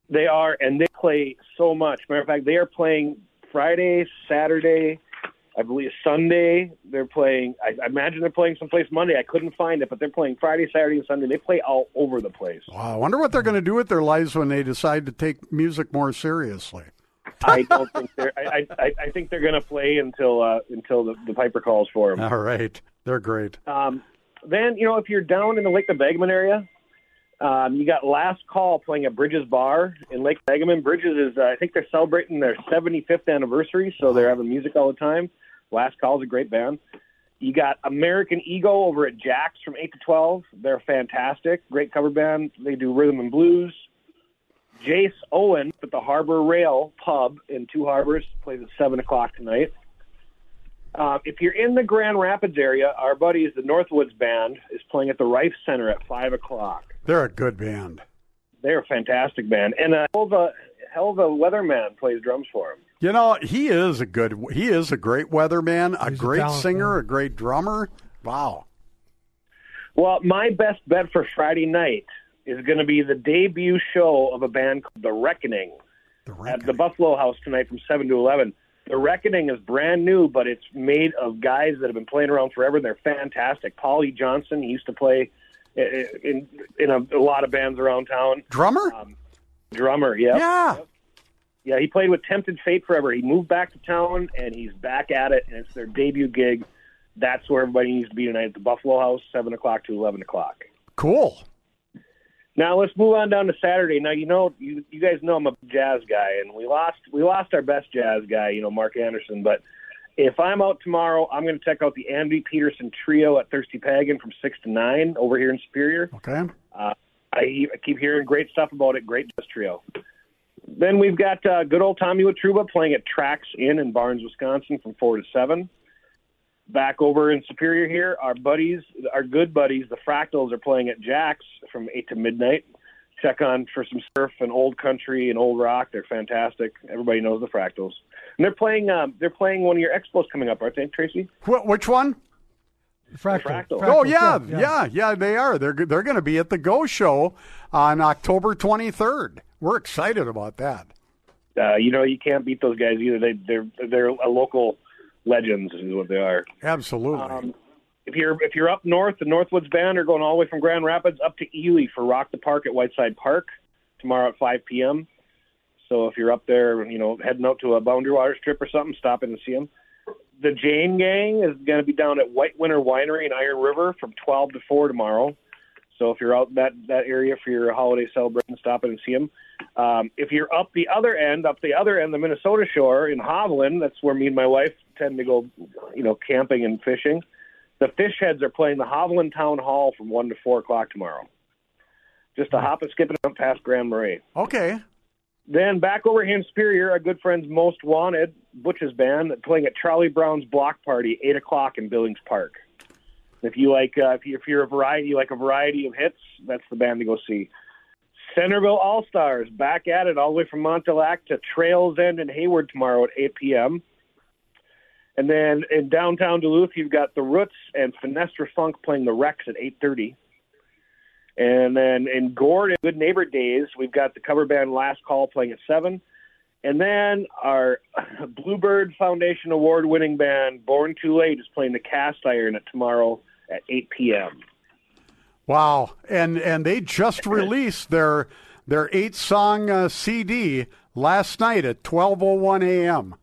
H: They are, and they play so much. Matter of fact, they are playing Friday, Saturday, I believe Sunday. They're playing. I, I imagine they're playing someplace Monday. I couldn't find it, but they're playing Friday, Saturday, and Sunday. They play all over the place.
C: Wow, I wonder what they're going to do with their lives when they decide to take music more seriously.
H: I don't think they're. I, I, I think they're going to play until uh, until the, the Piper calls for them.
C: All right, they're great.
H: Um, then you know if you're down in the Lake Bagman area, um, you got Last Call playing at Bridges Bar in Lake Bagman. Bridges is uh, I think they're celebrating their 75th anniversary, so they're having music all the time. Last Call is a great band. You got American Ego over at Jack's from 8 to 12. They're fantastic. Great cover band. They do rhythm and blues. Jace Owen at the Harbor Rail Pub in Two Harbors plays at 7 o'clock tonight. Um, if you're in the Grand Rapids area, our buddies, the Northwoods Band, is playing at the Rife Center at 5 o'clock.
C: They're a good band.
H: They're a fantastic band. And a hell of a, hell of a weatherman plays drums for them.
C: You know, he is a good. He is a great weatherman, a
B: He's a
C: great
B: talent,
C: singer,
B: yeah.
C: a great drummer. Wow.
H: Well, my best bet for Friday night is going to be the debut show of a band called The Reckoning
C: The
H: at the Buffalo House tonight from 7 to 11. The Reckoning is brand new, but it's made of guys that have been playing around forever. They're fantastic. Paulie Johnson, he used to play i- i- in in a, a lot of bands around town.
C: drummer?
H: Um, Drummer, yeah.
C: yeah.
H: Yeah, he played with Tempted Fate forever. He moved back to town and he's back at it, and it's their debut gig. That's where everybody needs to be tonight at the Buffalo House, 7 o'clock to 11 o'clock.
C: Cool.
H: Now let's move on down to Saturday. Now you know you you guys know I'm a jazz guy, and we lost we lost our best jazz guy, you know Mark Anderson. But if I'm out tomorrow, I'm going to check out the Andy Peterson Trio at Thirsty Pagan from six to nine over here in Superior.
C: Okay.
H: I, I keep hearing great stuff about it. Great jazz trio. Then we've got uh, good old Tommy Watruba playing at Tracks Inn in Barnes, Wisconsin from 4 to 7. Back over in Superior here, our buddies, our good buddies, the Fractals, are playing at Jack's from 8 to midnight. Check on for some surf and old country and old rock. They're fantastic. Everybody knows the Fractals. And they're playing um, they're playing one of your expos coming up, aren't they, Tracy?
C: Wh- which one?
B: Fractal.
H: Fractal.
C: oh
B: Fractal
C: yeah,
B: Show,
C: yeah, yeah, They are. They're they're going to be at the Go Show on October 23rd. We're excited about that.
H: Uh, you know, you can't beat those guys either. They, they're, they're a local legends, is what they are.
C: Absolutely.
H: Um, if you're if you're up north, the Northwoods Band are going all the way from Grand Rapids up to Ely for Rock the Park at Whiteside Park tomorrow at 5 p.m. So if you're up there, you know, heading out to a Boundary Waters trip or something, stop in and see them. The Jane Gang is going to be down at White Winter Winery in Iron River from 12 to 4 tomorrow. So if you're out that that area for your holiday celebration, stop in and see them. Um, if you're up the other end, up the other end, the Minnesota shore in Hovland, that's where me and my wife tend to go, you know, camping and fishing. The fish heads are playing the Hovland Town Hall from one to four o'clock tomorrow. Just a hop and skip and jump past Grand Marais.
C: okay.
H: Then back over here in Superior, our good friends Most Wanted, Butch's band, playing at Charlie Brown's Block Party, eight o'clock in Billings Park. If you like, uh, if, you, if you're a variety, you like a variety of hits, that's the band to go see. Centerville All Stars back at it, all the way from Montelac to Trails End and Hayward tomorrow at 8 p.m. And then in downtown Duluth, you've got the Roots and Finestra Funk playing the Rex at 8:30. And then in Gordon, Good Neighbor Days, we've got the cover band Last Call playing at 7. And then our <laughs> Bluebird Foundation award winning band, Born Too Late, is playing the cast iron at tomorrow at 8 p.m.
C: Wow. And and they
H: <laughs>
C: just released their their eight song uh, CD last night at 12:01 a.m.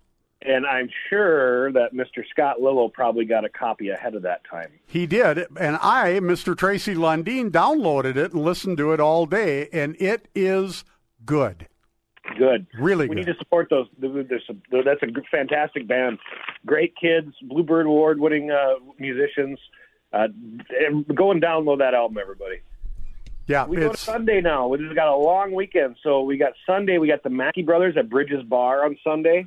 H: And I'm sure that Mr. Scott Lillo probably got a copy ahead of that time.
C: He did, and I, Mr. Tracy Lundeen, downloaded it and listened to it all day, and it is good.
H: Good.
C: Really
H: we
C: good.
H: need to support those. There's some, that's a g- fantastic band. Great kids, Bluebird Award winning uh, musicians. Uh, and go and download that album, everybody.
C: yeah,
H: We go to
C: it's
H: Sunday now. We just got a long weekend, so we got Sunday. We got the Mackey Brothers at Bridges Bar on Sunday.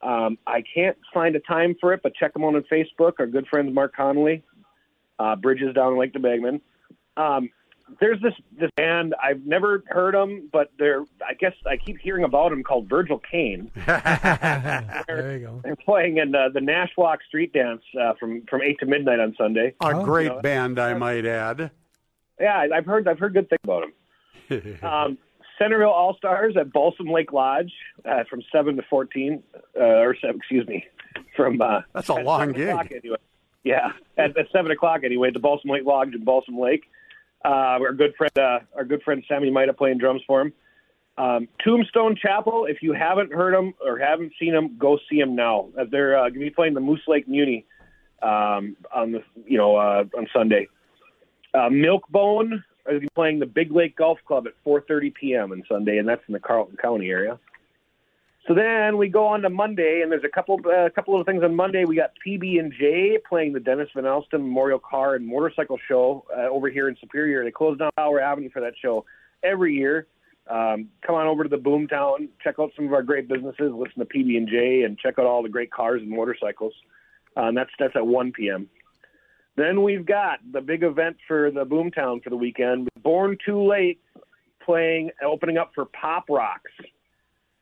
H: Um, I can't find a time for it, but check them out on Facebook. Our good friends Mark Connolly, uh, Bridges down in Lake DeBagman. Um, there's this this band I've never heard them, but they're I guess I keep hearing about them called Virgil Kane. <laughs>
B: yeah. There you go.
H: They're playing in uh, the Nashwalk Street Dance uh, from from eight to midnight on Sunday.
C: a great band, I might add.
H: Yeah, I- I've heard I've heard good things about him. um, Centerville All Stars at Balsam Lake Lodge uh, from seven to fourteen, uh, or se- excuse me, from uh,
C: That's a
H: at
C: long
H: 7
C: gig.
H: o'clock Anyway. Yeah, at, at seven o'clock anyway. The Balsam Lake Lodge in Balsam Lake. Uh, our good friend, uh, our good friend Sammy Mida playing drums for him. Um, Tombstone Chapel. If you haven't heard them or haven't seen them, go see them now. Uh, They're uh, going to be playing the Moose Lake Muni um, on the you know uh, on Sunday. Uh, Milkbone is gonna be playing the Big Lake Golf Club at 4:30 p.m. on Sunday, and that's in the Carlton County area. So then we go on to Monday, and there's a couple a couple of things on Monday. We got PB and J playing the Dennis Van Alston Memorial Car and Motorcycle Show uh, over here in Superior. They close down Power Avenue for that show every year. Um, come on over to the Boomtown, check out some of our great businesses, listen to PB and J, and check out all the great cars and motorcycles. Um, that's that's at 1 p.m. Then we've got the big event for the Boomtown for the weekend. Born Too Late playing, opening up for Pop Rocks.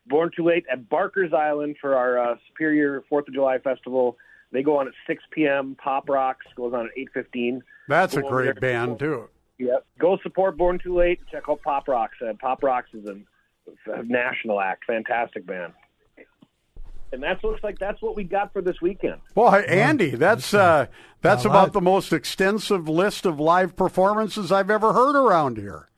H: Born Too Late at Barker's Island for our uh, Superior Fourth of July Festival. They go on at 6 p.m. Pop Rocks goes on at 8:15.
C: That's a
H: Go over
C: great
H: there.
C: band, too.
H: Yep. Go support Born Too Late. Check out Pop Rocks. Uh, Pop Rocks is a, a national act, fantastic band. And that looks like that's what we got for this weekend.
C: Well, hey, Andy, that's uh, that's
B: a
C: about
B: lot.
C: the most extensive list of live performances I've ever heard around here.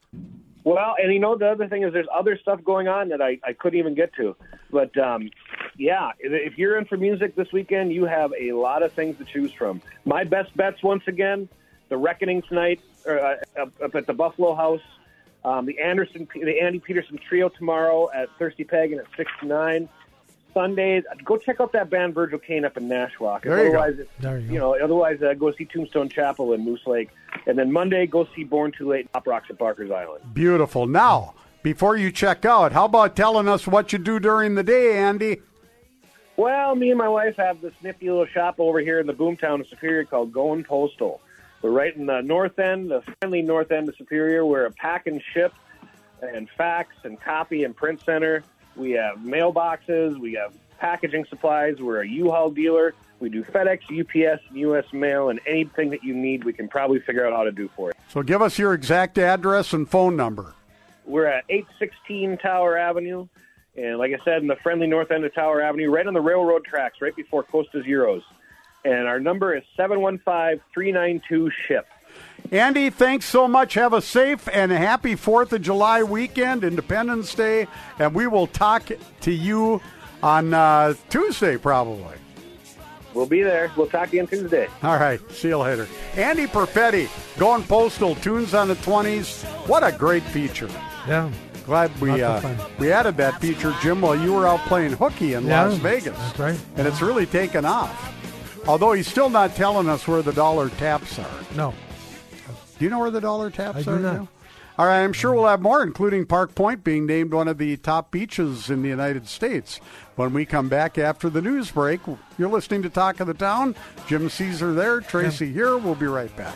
H: Well, and you know the other thing is there's other stuff going on that I, I couldn't even get to, but um, yeah, if if you're in for music this weekend, you have a lot of things to choose from. My best bets once again, the Reckoning tonight or, uh, up, up at the Buffalo House, um, the Anderson the Andy Peterson Trio tomorrow at Thirsty Pagan at six to nine. Sunday, go check out that band Virgil Kane up in Nashwauk.
C: There you go.
H: Otherwise, it's-
B: There you go.
H: you know, otherwise uh, go see Tombstone Chapel in Moose Lake, and then Monday go see Born Too Late and Pop Rocks at Barker's Island.
C: Beautiful. Now, before you check out, how about telling us what you do during the day, Andy?
H: Well, me and my wife have this nifty little shop over here in the boomtown of Superior called Going Postal. We're right in the north end, the friendly north end of Superior. We're a pack and ship and fax and copy and print center. We have mailboxes. We have packaging supplies. We're a U-Haul dealer. We do FedEx, UPS, and U.S. mail, and anything that you need, we can probably figure out how to do for you.
C: So give us your exact address and phone number.
H: We're at 816 Tower Avenue. And like I said, in the friendly north end of Tower Avenue, right on the railroad tracks, right before Costa's Euros. And our number is 715 392 SHIP.
C: Andy, thanks so much. Have a safe and happy 4th of July weekend, Independence Day, and we will talk to you on uh, Tuesday probably.
H: We'll be there. We'll talk to you on Tuesday.
C: All right, see you later. Andy Perfetti, going postal, tunes on the 20s. What a great feature.
B: Yeah.
C: Glad we
B: Lots of
C: uh,
B: fun.
C: we added that feature, Jim, while you were out playing hooky in
B: Yeah,
C: Las Vegas.
B: that's right.
C: And it's really taken off. Although he's still not telling us where the dollar taps are.
B: No.
C: Do you know where the dollar taps
B: I do
C: are
B: not.
C: now? All right, I'm sure we'll have more, including Park Point being named one of the top beaches in the United States. When we come back after the news break, you're listening to Talk of the Town. Jim Caesar there, Tracy here. We'll be right back.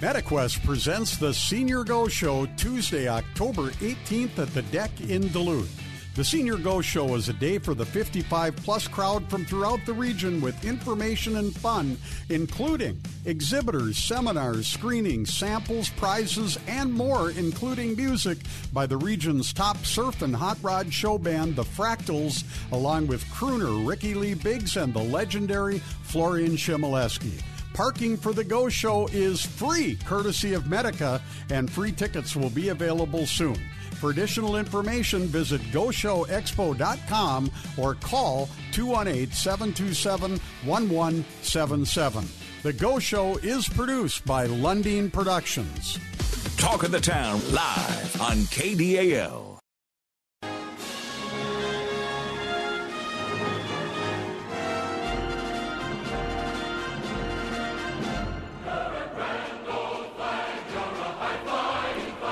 C: MetaQuest presents the Senior Go Show Tuesday, October 18th at the Deck in Duluth. The Senior Go Show is a day for the 55 plus crowd from throughout the region with information and fun, including exhibitors, seminars, screenings, samples, prizes, and more, including music by the region's top surf and hot rod show band, The Fractals, along with crooner Ricky Lee Biggs and the legendary Florian Shimoleski. Parking for the Go Show is free, courtesy of Medica, and free tickets will be available soon. For additional information, visit GoShowExpo.com or call 218 727 1177. The Go Show is produced by Lundin Productions.
A: Talk of the Town live on KDAL.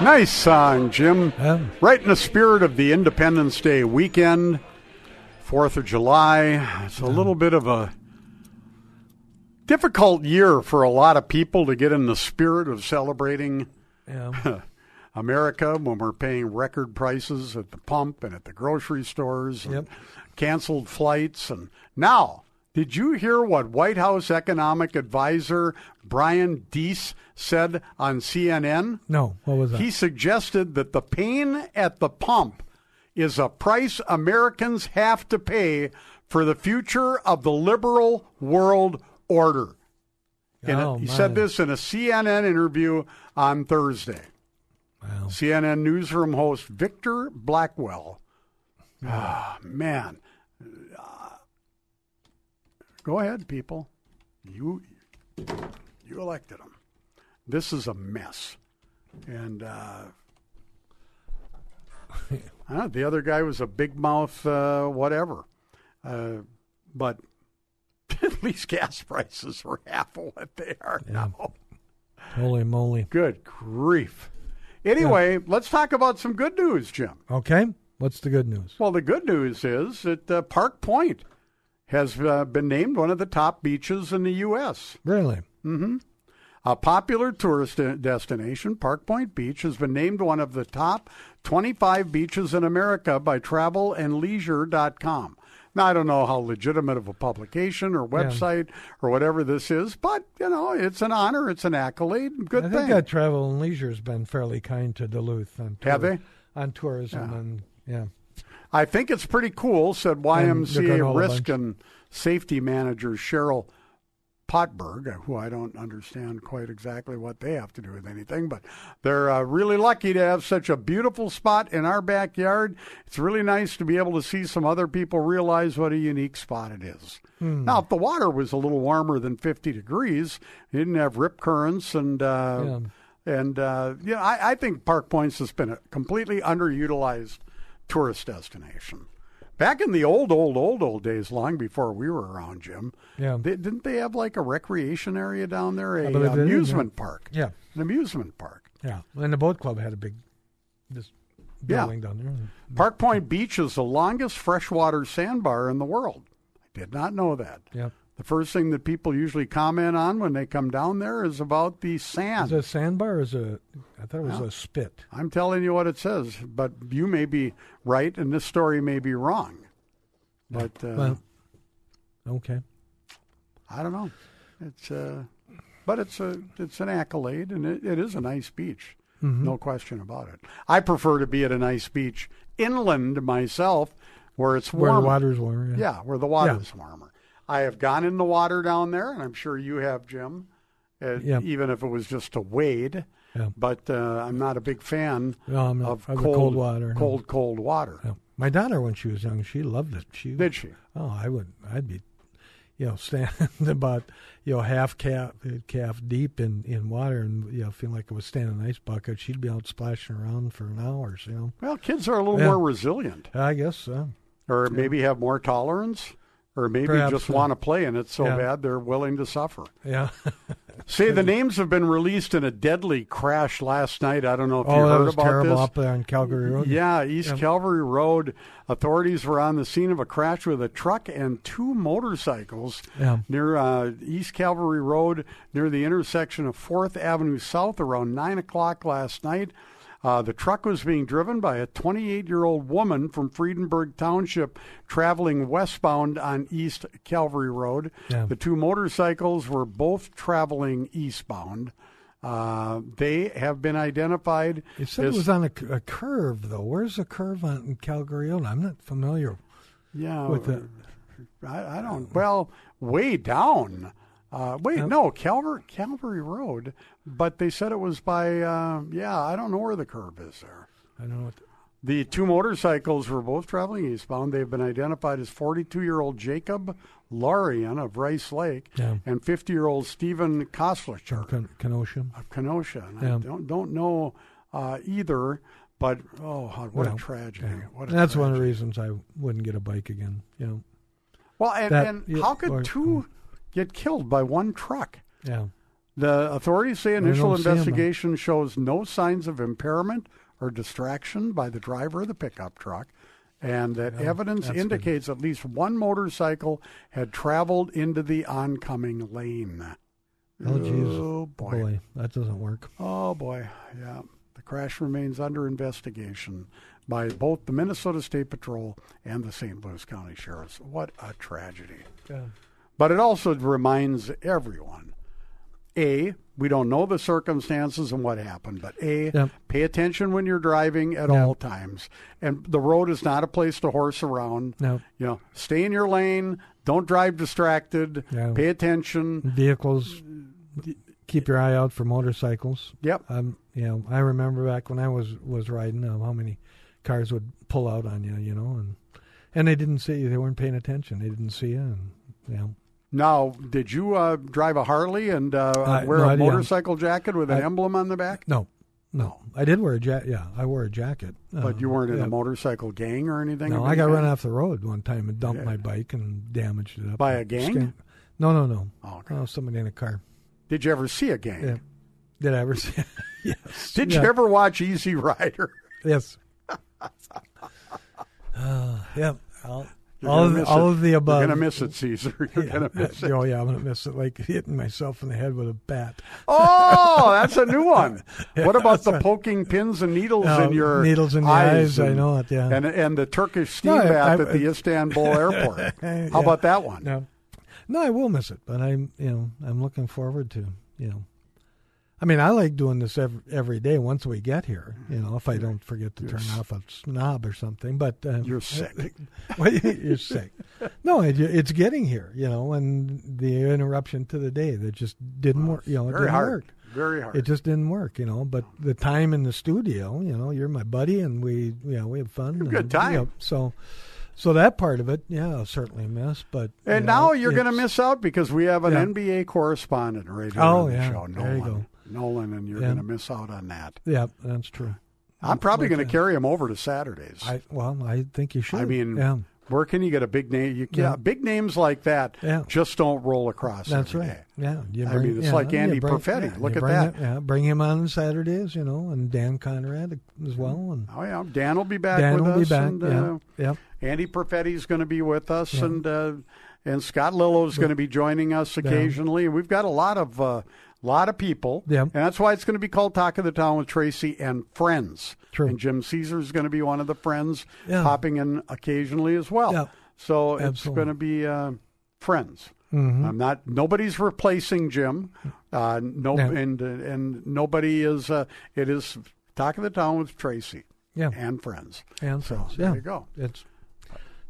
C: Nice song, Jim.
B: Yeah.
C: Right in the spirit of the Independence Day weekend, 4th of July. It's a little bit of a difficult year for a lot of people to get in the spirit of celebrating
B: Yeah.
C: <laughs> America when we're paying record prices at the pump and at the grocery stores and
B: Yep.
C: canceled flights. And now, did you hear what White House economic advisor Brian Deese said on CNN?
B: No. What was that?
C: He suggested that the pain at the pump is a price Americans have to pay for the future of the liberal world order. In a-
B: Oh,
C: he
B: my.
C: said this in a CNN interview on Thursday.
B: Wow.
C: CNN newsroom host Victor Blackwell. Ah, man. Ah. go ahead, people. You you elected him. This is a mess. and uh, I don't know, the other guy was a big mouth, uh, whatever. Uh, but <laughs> at least gas prices were half of what they are now.
B: Holy moly.
C: Good grief. Anyway, let's talk about some good news, Jim.
B: Okay. What's the good news?
C: Well, the good news is that uh, Park Point has uh, been named one of the top beaches in the U.S.
B: Really?
C: A popular tourist de- destination, Park Point Beach has been named one of the top 25 beaches in America by travelandleisure.com. Now, I don't know how legitimate of a publication or website or whatever this is, but, you know, it's an honor, it's an accolade, and good
B: I
C: thing.
B: think that Travel and Leisure has been fairly kind to Duluth on tour,
C: Have they?
B: on tourism and yeah.
C: I think it's pretty cool, said
B: And they're gonna
C: YMCA
B: hold a
C: risk
B: bunch.
C: and safety manager Cheryl Potberg, uh, who I don't understand quite exactly what they have to do with anything, but they're uh, really lucky to have such a beautiful spot in our backyard. It's really nice to be able to see some other people realize what a unique spot it is. Now, if the water was a little warmer than 50 degrees, you didn't have rip currents and. Uh, And uh, you know, I, I think Park Points has been a completely underutilized tourist destination. Back in the old, old, old, old days, long before we were around, Jim,
B: Yeah.
C: they, didn't they have like a recreation area down there, a
B: believe they did, yeah.
C: amusement park?
B: Yeah.
C: an amusement park.
B: Yeah. And the boat club had a big this
C: Yeah.
B: building down there.
C: Park Point Beach is the longest freshwater sandbar in the world. I did not know that.
B: Yeah.
C: The first thing that people usually comment on when they come down there is about the sand.
B: Is it a sandbar or is it I thought it was a spit.
C: I'm telling you what it says, but you may be right, and this story may be wrong. But uh,
B: Well, okay.
C: I don't know. It's uh, but it's a it's an accolade, and it, it is a nice beach,
B: Mm-hmm.
C: no question about it. I prefer to be at a nice beach inland myself, where it's
B: Where
C: warmer.
B: the water's warmer. Yeah.
C: yeah, where the water is warmer. I have gone in the water down there, and I'm sure you have, Jim. Uh,
B: Yeah.
C: Even if it was just to wade,
B: Yeah.
C: but uh, I'm not a big fan
B: No, I'm not-
C: of,
B: of the
C: cold,
B: cold water, no.
C: Cold, cold water.
B: Yeah. My daughter when she was young, she loved it. She
C: Did she?
B: Oh, I would. I'd be, you know, <laughs> standing about you know half calf calf deep in in water and you know feeling like I was standing in an ice bucket. She'd be out splashing around for an hour. You know.
C: Well, kids are a little
B: Yeah.
C: more resilient.
B: I guess so.
C: or maybe have more tolerance, or maybe
B: Perhaps,
C: just
B: yeah.
C: want to play and it's so
B: Yeah.
C: bad they're willing to suffer.
B: Yeah. <laughs>
C: Say the names have been released in a deadly crash last night. I don't know if you
B: oh, that
C: heard
B: was
C: about
B: terrible
C: this.
B: up there on Calgary Road.
C: Yeah, East Calvary Road. Authorities were on the scene of a crash with a truck and two motorcycles
B: Yeah.
C: near uh, East Calvary Road, near the intersection of Fourth Avenue South, around nine o'clock last night. Uh, the truck was being driven by a 28-year-old woman from Friedenberg Township, traveling westbound on East Calvary Road.
B: Yeah.
C: The two motorcycles were both traveling eastbound. Uh, they have been identified
B: It said
C: as
B: it was on a, c- a curve though. Where's the curve on in Calgary Road? I'm not familiar
C: Yeah,
B: with it.
C: I, I don't. Well, way down. Uh, wait, no, Calvary Calvary Road, but they said it was by. Uh, yeah, I don't know where the curve is there.
B: I don't know what.
C: The two motorcycles were both traveling eastbound. They've been identified as 42-year-old Jacob Larian of Rice Lake
B: Yeah.
C: and 50-year-old Stephen Koslicher
B: Ken- Kenosha.
C: of Kenosha. And I
B: Yeah.
C: don't don't know uh, either, but oh, what a
B: Well,
C: tragedy!
B: yeah.
C: What a
B: That's one of
C: tragedy.
B: the reasons I wouldn't get a bike again. You know.
C: Well, and,
B: That-
C: and
B: yeah,
C: how could
B: or-
C: two get killed by one truck?
B: Yeah.
C: The authorities say initial
B: don't see 'em, though.
C: investigation shows no signs of impairment or distraction by the driver of the pickup truck, and that evidence
B: that's good.
C: indicates at least one motorcycle had traveled into the oncoming lane.
B: Oh, geez.
C: Oh, boy.
B: Boy, that doesn't work.
C: Oh boy, yeah. The crash remains under investigation by both the Minnesota State Patrol and the St. Louis County Sheriff's. What a tragedy.
B: Yeah.
C: But it also reminds everyone A, we don't know the circumstances and what happened, but A,
B: Yep.
C: pay attention when you're driving at all times. And the road is not a place to horse around.
B: No.
C: You know, stay in your lane, don't drive distracted,
B: Yeah.
C: pay attention.
B: vehicles. Keep your eye out for motorcycles.
C: Yep.
B: Um, you know, I remember back when I was was riding, um, how many cars would pull out on you, you know, and and they didn't see you. They weren't paying attention. They didn't see you, and you know,
C: Now, did you uh, drive a Harley and uh,
B: Uh,
C: wear
B: no, I
C: a
B: didn't.
C: motorcycle jacket with an emblem on the back?
B: no, No, I did wear a jacket. Yeah, I wore a jacket.
C: But
B: Uh,
C: you weren't in
B: yeah.
C: a motorcycle gang or anything?
B: No,
C: of
B: I
C: any
B: got run
C: kind?
B: off the road one time and dumped
C: Yeah.
B: my bike and damaged it up.
C: By a gang?
B: Skin- No, no, no.
C: Oh, okay.
B: Oh, somebody in a car.
C: Did you ever see a gang?
B: Yeah. Did I ever see?
C: <laughs>
B: yes.
C: Did
B: Yeah.
C: you ever watch Easy Rider? <laughs>
B: <sighs> Yes. uh, yeah. All,
C: You're
B: all,
C: gonna
B: of,
C: miss
B: all
C: it.
B: of the above.
C: You're gonna miss it, Caesar. <laughs> You're gonna
B: <laughs>
C: miss it.
B: Oh yeah, I'm gonna miss it. Like <laughs> hitting myself in the head with a bat.
C: Oh, that's a new
B: <laughs>
C: one. What about the poking pins and needles
B: No,
C: in your
B: Oh, needles in the eyes, I know it, yeah.
C: and and the Turkish steam
B: No, I-
C: bath
B: I-
C: at
B: <laughs>
C: the Istanbul airport. How
B: Yeah.
C: about that one?
B: No, no, I will miss it, but I'm you know I'm looking forward to you know. I mean, I like doing this every, every day. Once we get here, you know, if I don't forget to turn off a snob or something, but um,
C: You're sick.
B: <laughs> well, you- you're sick. No, it, it's getting here, you know, and the interruption to the day that just didn't work. You know, it
C: Very
B: didn't
C: hard.
B: work.
C: Very hard.
B: It just didn't work, you know. But the time in the studio, you know, you're my buddy, and we, you know, we have fun.
C: a good
B: and,
C: time.
B: you know, so, so that part of it, yeah, I'll certainly miss. But
C: and
B: you
C: now
B: know,
C: you're going to
B: it's-
C: miss out because we have an
B: Yeah.
C: NBA correspondent right here
B: Oh,
C: on the
B: yeah.
C: show, Nolan.
B: There you go.
C: Nolan, and you're
B: Yeah.
C: going to miss out on that.
B: Yeah, that's true.
C: I'm probably
B: Like
C: going to
B: that.
C: carry him over to Saturdays.
B: I well, I think you should.
C: I mean,
B: yeah,
C: where can you get a big name? You can,
B: Yeah.
C: Big names like that
B: Yeah.
C: just don't roll across.
B: that's
C: every
B: right.
C: day.
B: Yeah, you
C: I mean, it's like
B: you
C: Andy Perfetti.
B: yeah,
C: Look
B: you
C: at
B: bring
C: that.
B: it- yeah, bring him on Saturdays, you know, and Dan Conrad as well, and
C: Oh yeah, Dan will be back
B: Dan
C: with
B: will
C: us.
B: be back.
C: And,
B: yeah,
C: uh,
B: yeah.
C: Andy Perfetti's going to be with us, and uh, and Scott Lillo's going to be joining us occasionally. We've got a lot of uh, lot of people,
B: Yeah.
C: and that's why it's going to be called Talk of the Town with Tracy and friends.
B: True.
C: And Jim Caesar's going to be one of the friends,
B: Yeah.
C: popping in occasionally as well.
B: Yeah.
C: So it's
B: Absolutely. Mm-hmm.
C: going to be uh, friends. I'm not. Nobody's replacing Jim. Uh, no,
B: No.
C: and and nobody is. Uh, it is Talk of the Town with Tracy
B: Yeah.
C: and friends.
B: And
C: So,
B: friends,
C: there
B: yeah.
C: you go.
B: It's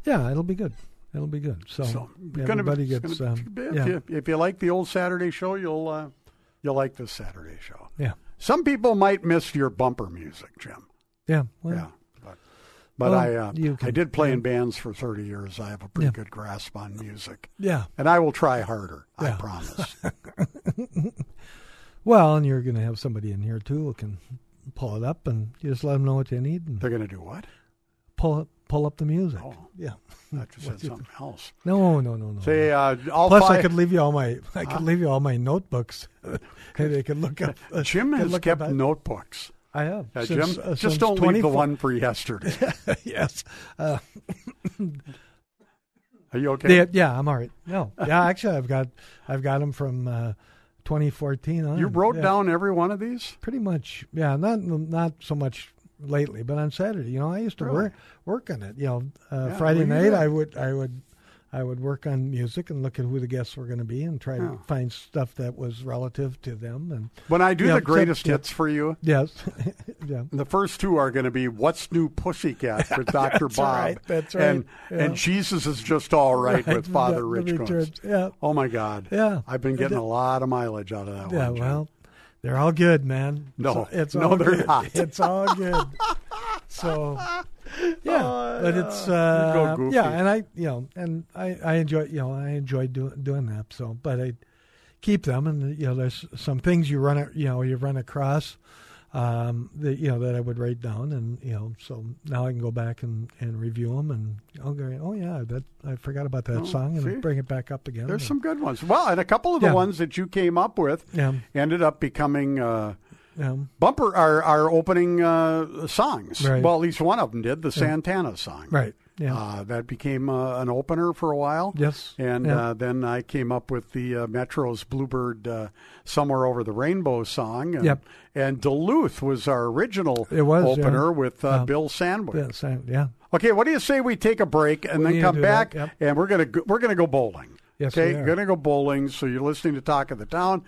B: yeah, it'll be good. It'll be good. So,
C: So it's gonna be-
B: everybody
C: it's
B: gets
C: gonna
B: um,
C: be- if,
B: yeah,
C: you, if you like the old Saturday show, you'll uh, you'll like this Saturday show.
B: yeah,
C: Some people might miss your bumper music, Jim.
B: yeah, well,
C: Yeah, but, but
B: Well,
C: I uh,
B: you
C: I
B: can-
C: did play in bands for thirty years. I have a pretty
B: Yeah.
C: good grasp on music,
B: yeah.
C: and I will try harder. I
B: Yeah. <laughs>
C: promise.
B: Well, and you're going to have somebody in here too who can pull it up, and you just let them know what you need and
C: They're going to do what?
B: pull up, pull up the music.
C: Oh.
B: Yeah.
C: I
B: <laughs>
C: just said something else.
B: No, no, no, no.
C: Say, uh, all
B: Plus, I
C: five-
B: could leave you all my I could leave you all my notebooks, <laughs> and they could look up.
C: Jim
B: could
C: has
B: look
C: kept
B: up-
C: notebooks.
B: I have.
C: Uh,
B: since,
C: Jim,
B: uh, since
C: just don't leave the
B: 24
C: one for yesterday.
B: <laughs> yes. Uh,
C: Are you okay?
B: they- yeah, I'm all right.
C: <laughs>
B: No, yeah, actually, I've got I've got them from uh, 2014 on.
C: you wrote
B: Yeah.
C: down every one of these.
B: pretty much yeah not not so much lately but on saturday you know i used to
C: Really?
B: work work on it you know uh,
C: Yeah,
B: friday
C: well, you
B: night
C: did.
B: i would i would i would work on music and look at who the guests were going to be and try to find stuff that was relative to them and
C: When I do
B: Yeah,
C: the greatest
B: except- yeah.
C: hits for you,
B: yes <laughs> yeah
C: The first two are going to be "What's New, Pussycat"
B: <laughs>
C: with Doctor Bob,
B: right, that's
C: and
B: right, yeah.
C: and Jesus is just all right,
B: Right,
C: with Father
B: the-
C: Rich
B: the
C: Coons.
B: returns, yeah.
C: Oh my God,
B: Yeah.
C: I've been getting a lot of mileage out of that
B: yeah
C: one. Jim.
B: well they're all good man
C: No,
B: So it's
C: no,
B: all
C: they're
B: good.
C: not.
B: it's all good
C: <laughs>
B: so yeah
C: Oh,
B: but
C: yeah.
B: it's
C: You go
B: uh,
C: goofy.
B: yeah and i you know and i i enjoy you know i enjoy doing doing that so but i keep them and you know there's some things you run a- you know you run across um that you know that i would write down and you know so now i can go back and and review them and i'll go oh yeah that i forgot about that song and
C: Oh, see?
B: bring it back up again
C: There's some good ones. Well, and a couple of the
B: Yeah.
C: ones that you came up with
B: Yeah.
C: ended up becoming uh,
B: um,
C: bumper our our opening uh, songs.
B: Right.
C: Well, at least one of them did the Santana song.
B: right yeah
C: Uh, that became uh, an opener for a while.
B: Yes.
C: And
B: Yeah.
C: uh, then I came up with the uh, Metro's Bluebird uh, Somewhere Over the Rainbow song. And,
B: Yep.
C: and Duluth was our original
B: It was, yeah.
C: opener with uh,
B: Yeah.
C: Bill Sandberg.
B: yeah, same, yeah
C: Okay, what do you say we take a break and
B: need
C: then
B: to
C: come
B: do
C: back
B: that, yep.
C: and we're gonna go, we're gonna go bowling.
B: Yes,
C: okay,
B: we are.
C: are gonna go bowling. So you're listening to Talk of the Town.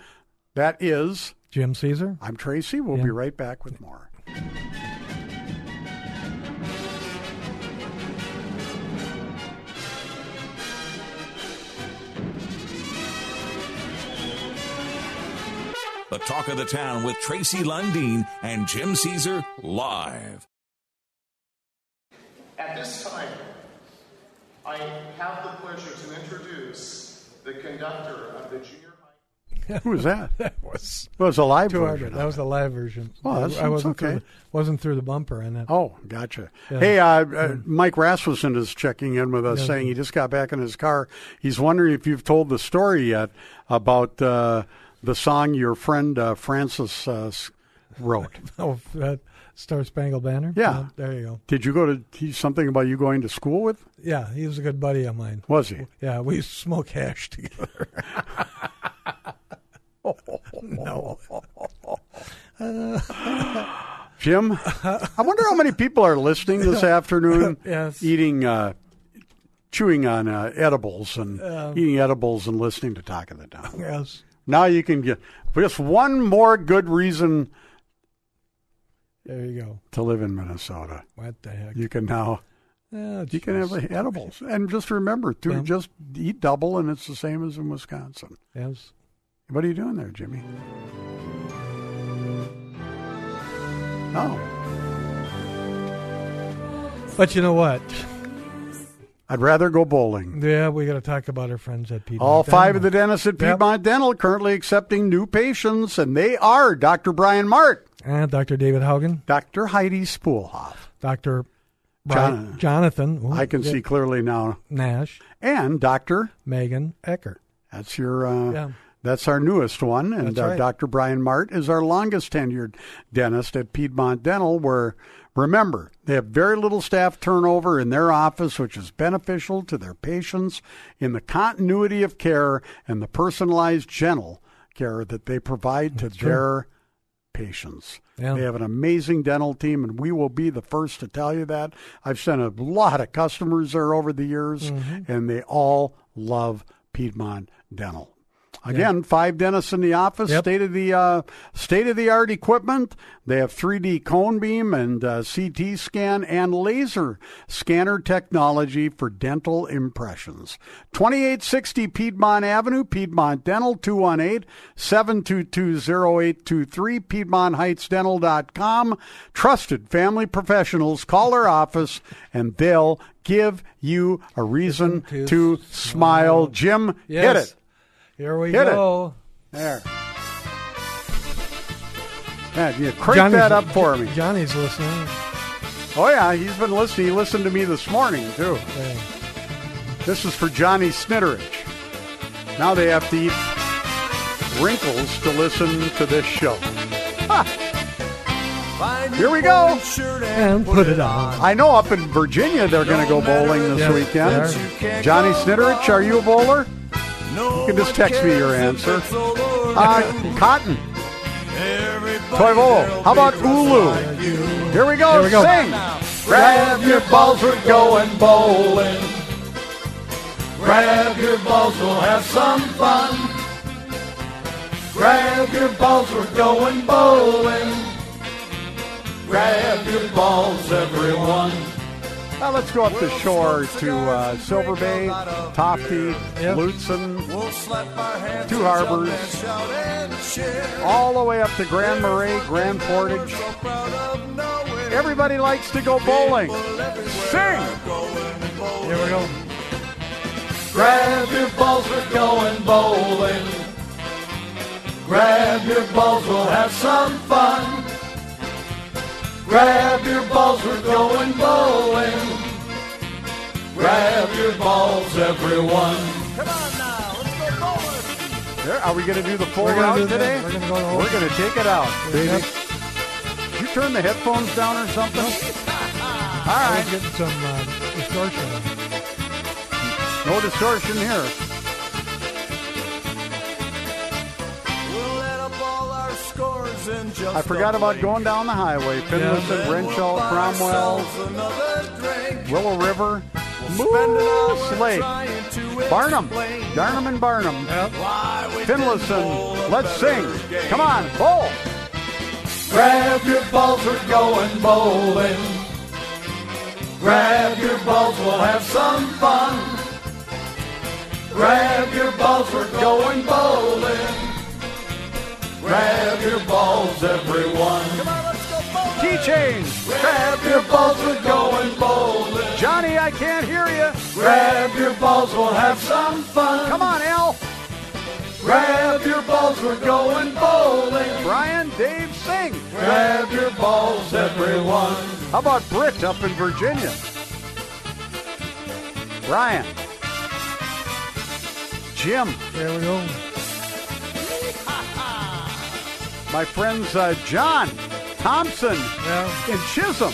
C: That is,
B: jim caesar
C: I'm Tracy. We'll
B: Yeah.
C: be right back with
B: <laughs>
C: more.
A: The Talk of the Town with Tracy Lundeen and Jim Caesar live.
I: At this time, I have the pleasure to introduce the conductor of the junior high.
C: Who was that?
B: that was
C: Well, it was a live
B: two
C: version
B: hundred.
C: of
B: That was
C: it.
B: the live version.
C: Oh, that's-
B: I wasn't
C: that's okay.
B: through the, wasn't through the bumper on it.
C: Oh, gotcha.
B: Yeah.
C: Hey, uh, uh, Mike Rasmussen is checking in with us, saying he just got back in his car. He's wondering if you've told the story yet about uh, the song your friend uh, Francis uh, s- wrote.
B: <laughs> Oh, that Star Spangled Banner.
C: Yeah.
B: there you go.
C: Did you go to he, something about you going to school with?
B: Yeah, he was a good buddy of mine.
C: Was he?
B: Yeah, we used to smoke hash
C: <laughs>
B: together.
C: Oh.
B: no,
C: Jim, I wonder how many people are listening
B: <laughs>
C: this afternoon,
B: Yes.
C: eating, uh, chewing on uh, edibles and
B: Um.
C: eating edibles and listening to Talk of the Town.
B: yes,
C: Now you can get just one more good reason
B: there you go.
C: to live in Minnesota.
B: What the heck?
C: You can now
B: Yeah,
C: you can have edibles, and just remember to
B: Yeah.
C: just eat double, and it's the same as in Wisconsin.
B: yes.
C: What are you doing there, Jimmy? Oh,
B: But you know what?
C: I'd rather go bowling.
B: Yeah, we got to talk about our friends at Piedmont.
C: All five of
B: Dental.
C: the dentists at
B: Yep.
C: Piedmont Dental currently accepting new patients, and they are Dr. Brian Mart,
B: and Dr. David Haugen,
C: Dr. Heidi Spoolhoff.
B: Dr.
C: Jon-
B: Bri- Jonathan. ooh,
C: I can
B: Oh, yeah,
C: see clearly now.
B: Nash,
C: And Dr.
B: Megan Eckert.
C: That's your. Uh,
B: Yeah.
C: That's our newest one, and
B: That's
C: uh,
B: right.
C: Dr. Brian Mart is our longest tenured dentist at Piedmont Dental. Where, remember, they have very little staff turnover in their office, which is beneficial to their patients in the continuity of care and the personalized dental care that they provide to
B: true.
C: their patients.
B: Yeah.
C: They have an amazing dental team, and we will be the first to tell you that. I've sent a lot of customers there over the years,
B: Mm-hmm.
C: and they all love Piedmont Dental. Again, five dentists in the office,
B: Yep.
C: state of the uh, state of the art equipment. They have 3D cone beam and uh, CT scan and laser scanner technology for dental impressions. 2860 Piedmont Avenue, Piedmont Dental 218-722-0823, piedmontheightsdental.com. Trusted family professionals call their office and they'll give you a reason
B: Reason
C: to
B: to
C: smile. Jim, hit
B: Yes.
C: it.
B: Here we
C: Hit it.
B: go.
C: There. Man, you crank
B: Johnny's-
C: that up for me.
B: Johnny's listening.
C: Oh yeah, he's been listening. He listened to me this morning too.
B: Yeah.
C: This is for Johnny Snitterich. Now they have to eat wrinkles to listen to this show. Ha! Here we go.
B: And put it on.
C: I know up in Virginia they're going to go bowling this
B: Yes, they
C: weekend. Johnny Snitterich, are you a bowler? No. You can just text me your answer. Uh, Cotton. Toivo. How about Ulu? Here we go.
B: Here we go.
C: Sing. Grab your balls, we're going bowling. Grab your balls, we'll have some fun. Grab your balls, we're going bowling. Grab your balls, everyone. Now let's go up the shore to uh, Silver Bay, Tofty,
B: Yep.
C: Lutzen,
E: We'll slap our hands
C: Two harbors.
E: and shout and cheer.
C: all the way up to Grand Marais, Grand Portage.
E: So proud of knowing
C: Everybody likes to go bowling.
E: people everywhere
C: Sing!
E: are going bowling.
B: Here we go.
C: Grab your balls, we're going bowling. Grab your balls, we'll have some fun. Grab your balls, we're going bowling. Grab your balls, everyone.
E: Come on now, let's go bowling.
C: There, are we going to do the full
B: We're gonna
C: round
B: do the-
C: today?
B: we're gonna go the whole-
C: We're gonna take it out, baby. Did you turn the headphones down or something? All
B: I
C: right.
B: was getting some uh, distortion.
C: No distortion here.
E: We'll let up all our scores in just
C: I forgot
E: a
C: about
E: blink.
C: going down the highway. Finlayson,
E: Then we'll
C: Renshaw,
E: buy
C: Cromwell,
E: ourselves Another drink.
C: Willow River,
E: Spend an hour
C: Moose Lake,
E: trying to
C: Barnum,
E: explain
C: Darnum and Barnum,
E: why we
C: Finlayson. Let's sing. Come on, bowl. Grab your balls, we're going bowling. Grab your balls, we'll have some fun. Grab your balls, we're going bowling. Grab your balls, everyone. Key change. Grab your balls, we're going bowling. Johnny, I can't hear you. Grab your balls, we'll have some fun. Come on, Al. Grab your balls.
E: girls, we're going bowling.
C: Brian, Dave, sing.
E: Grab your balls, everyone.
C: How about Britt up in Virginia? Brian. Jim.
B: There we go.
C: My friends uh, John Thompson
B: Yeah.
C: in Chisholm.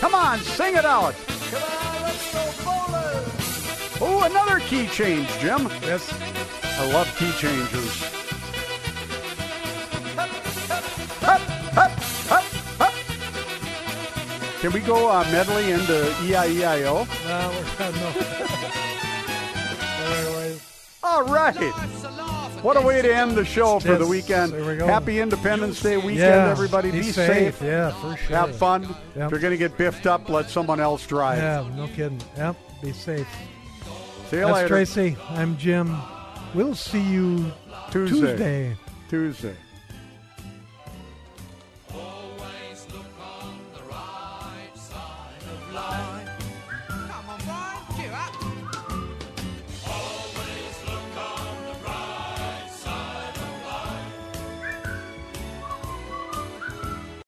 C: Come on, sing it out.
E: Come on, let's go bowling.
C: Oh, another key change, Jim.
B: Yes.
C: I love key changes. Can we go uh, medley into E EIEIO?
B: No, we're, <laughs> no. Anyway,
C: All right. What a way to end the show for
B: Yes,
C: the weekend.
B: there we go.
C: Happy Independence Day weekend,
B: yeah,
C: everybody.
B: Be,
C: Be
B: safe. Yeah, for sure.
C: Have fun.
B: Yep.
C: If you're going to get biffed up, let someone else drive.
B: Yeah, no kidding. Yep, be safe.
C: See you
B: That's
C: later.
B: Tracy. I'm Jim. We'll see you
C: Tuesday.
B: Tuesday.
C: Tuesday.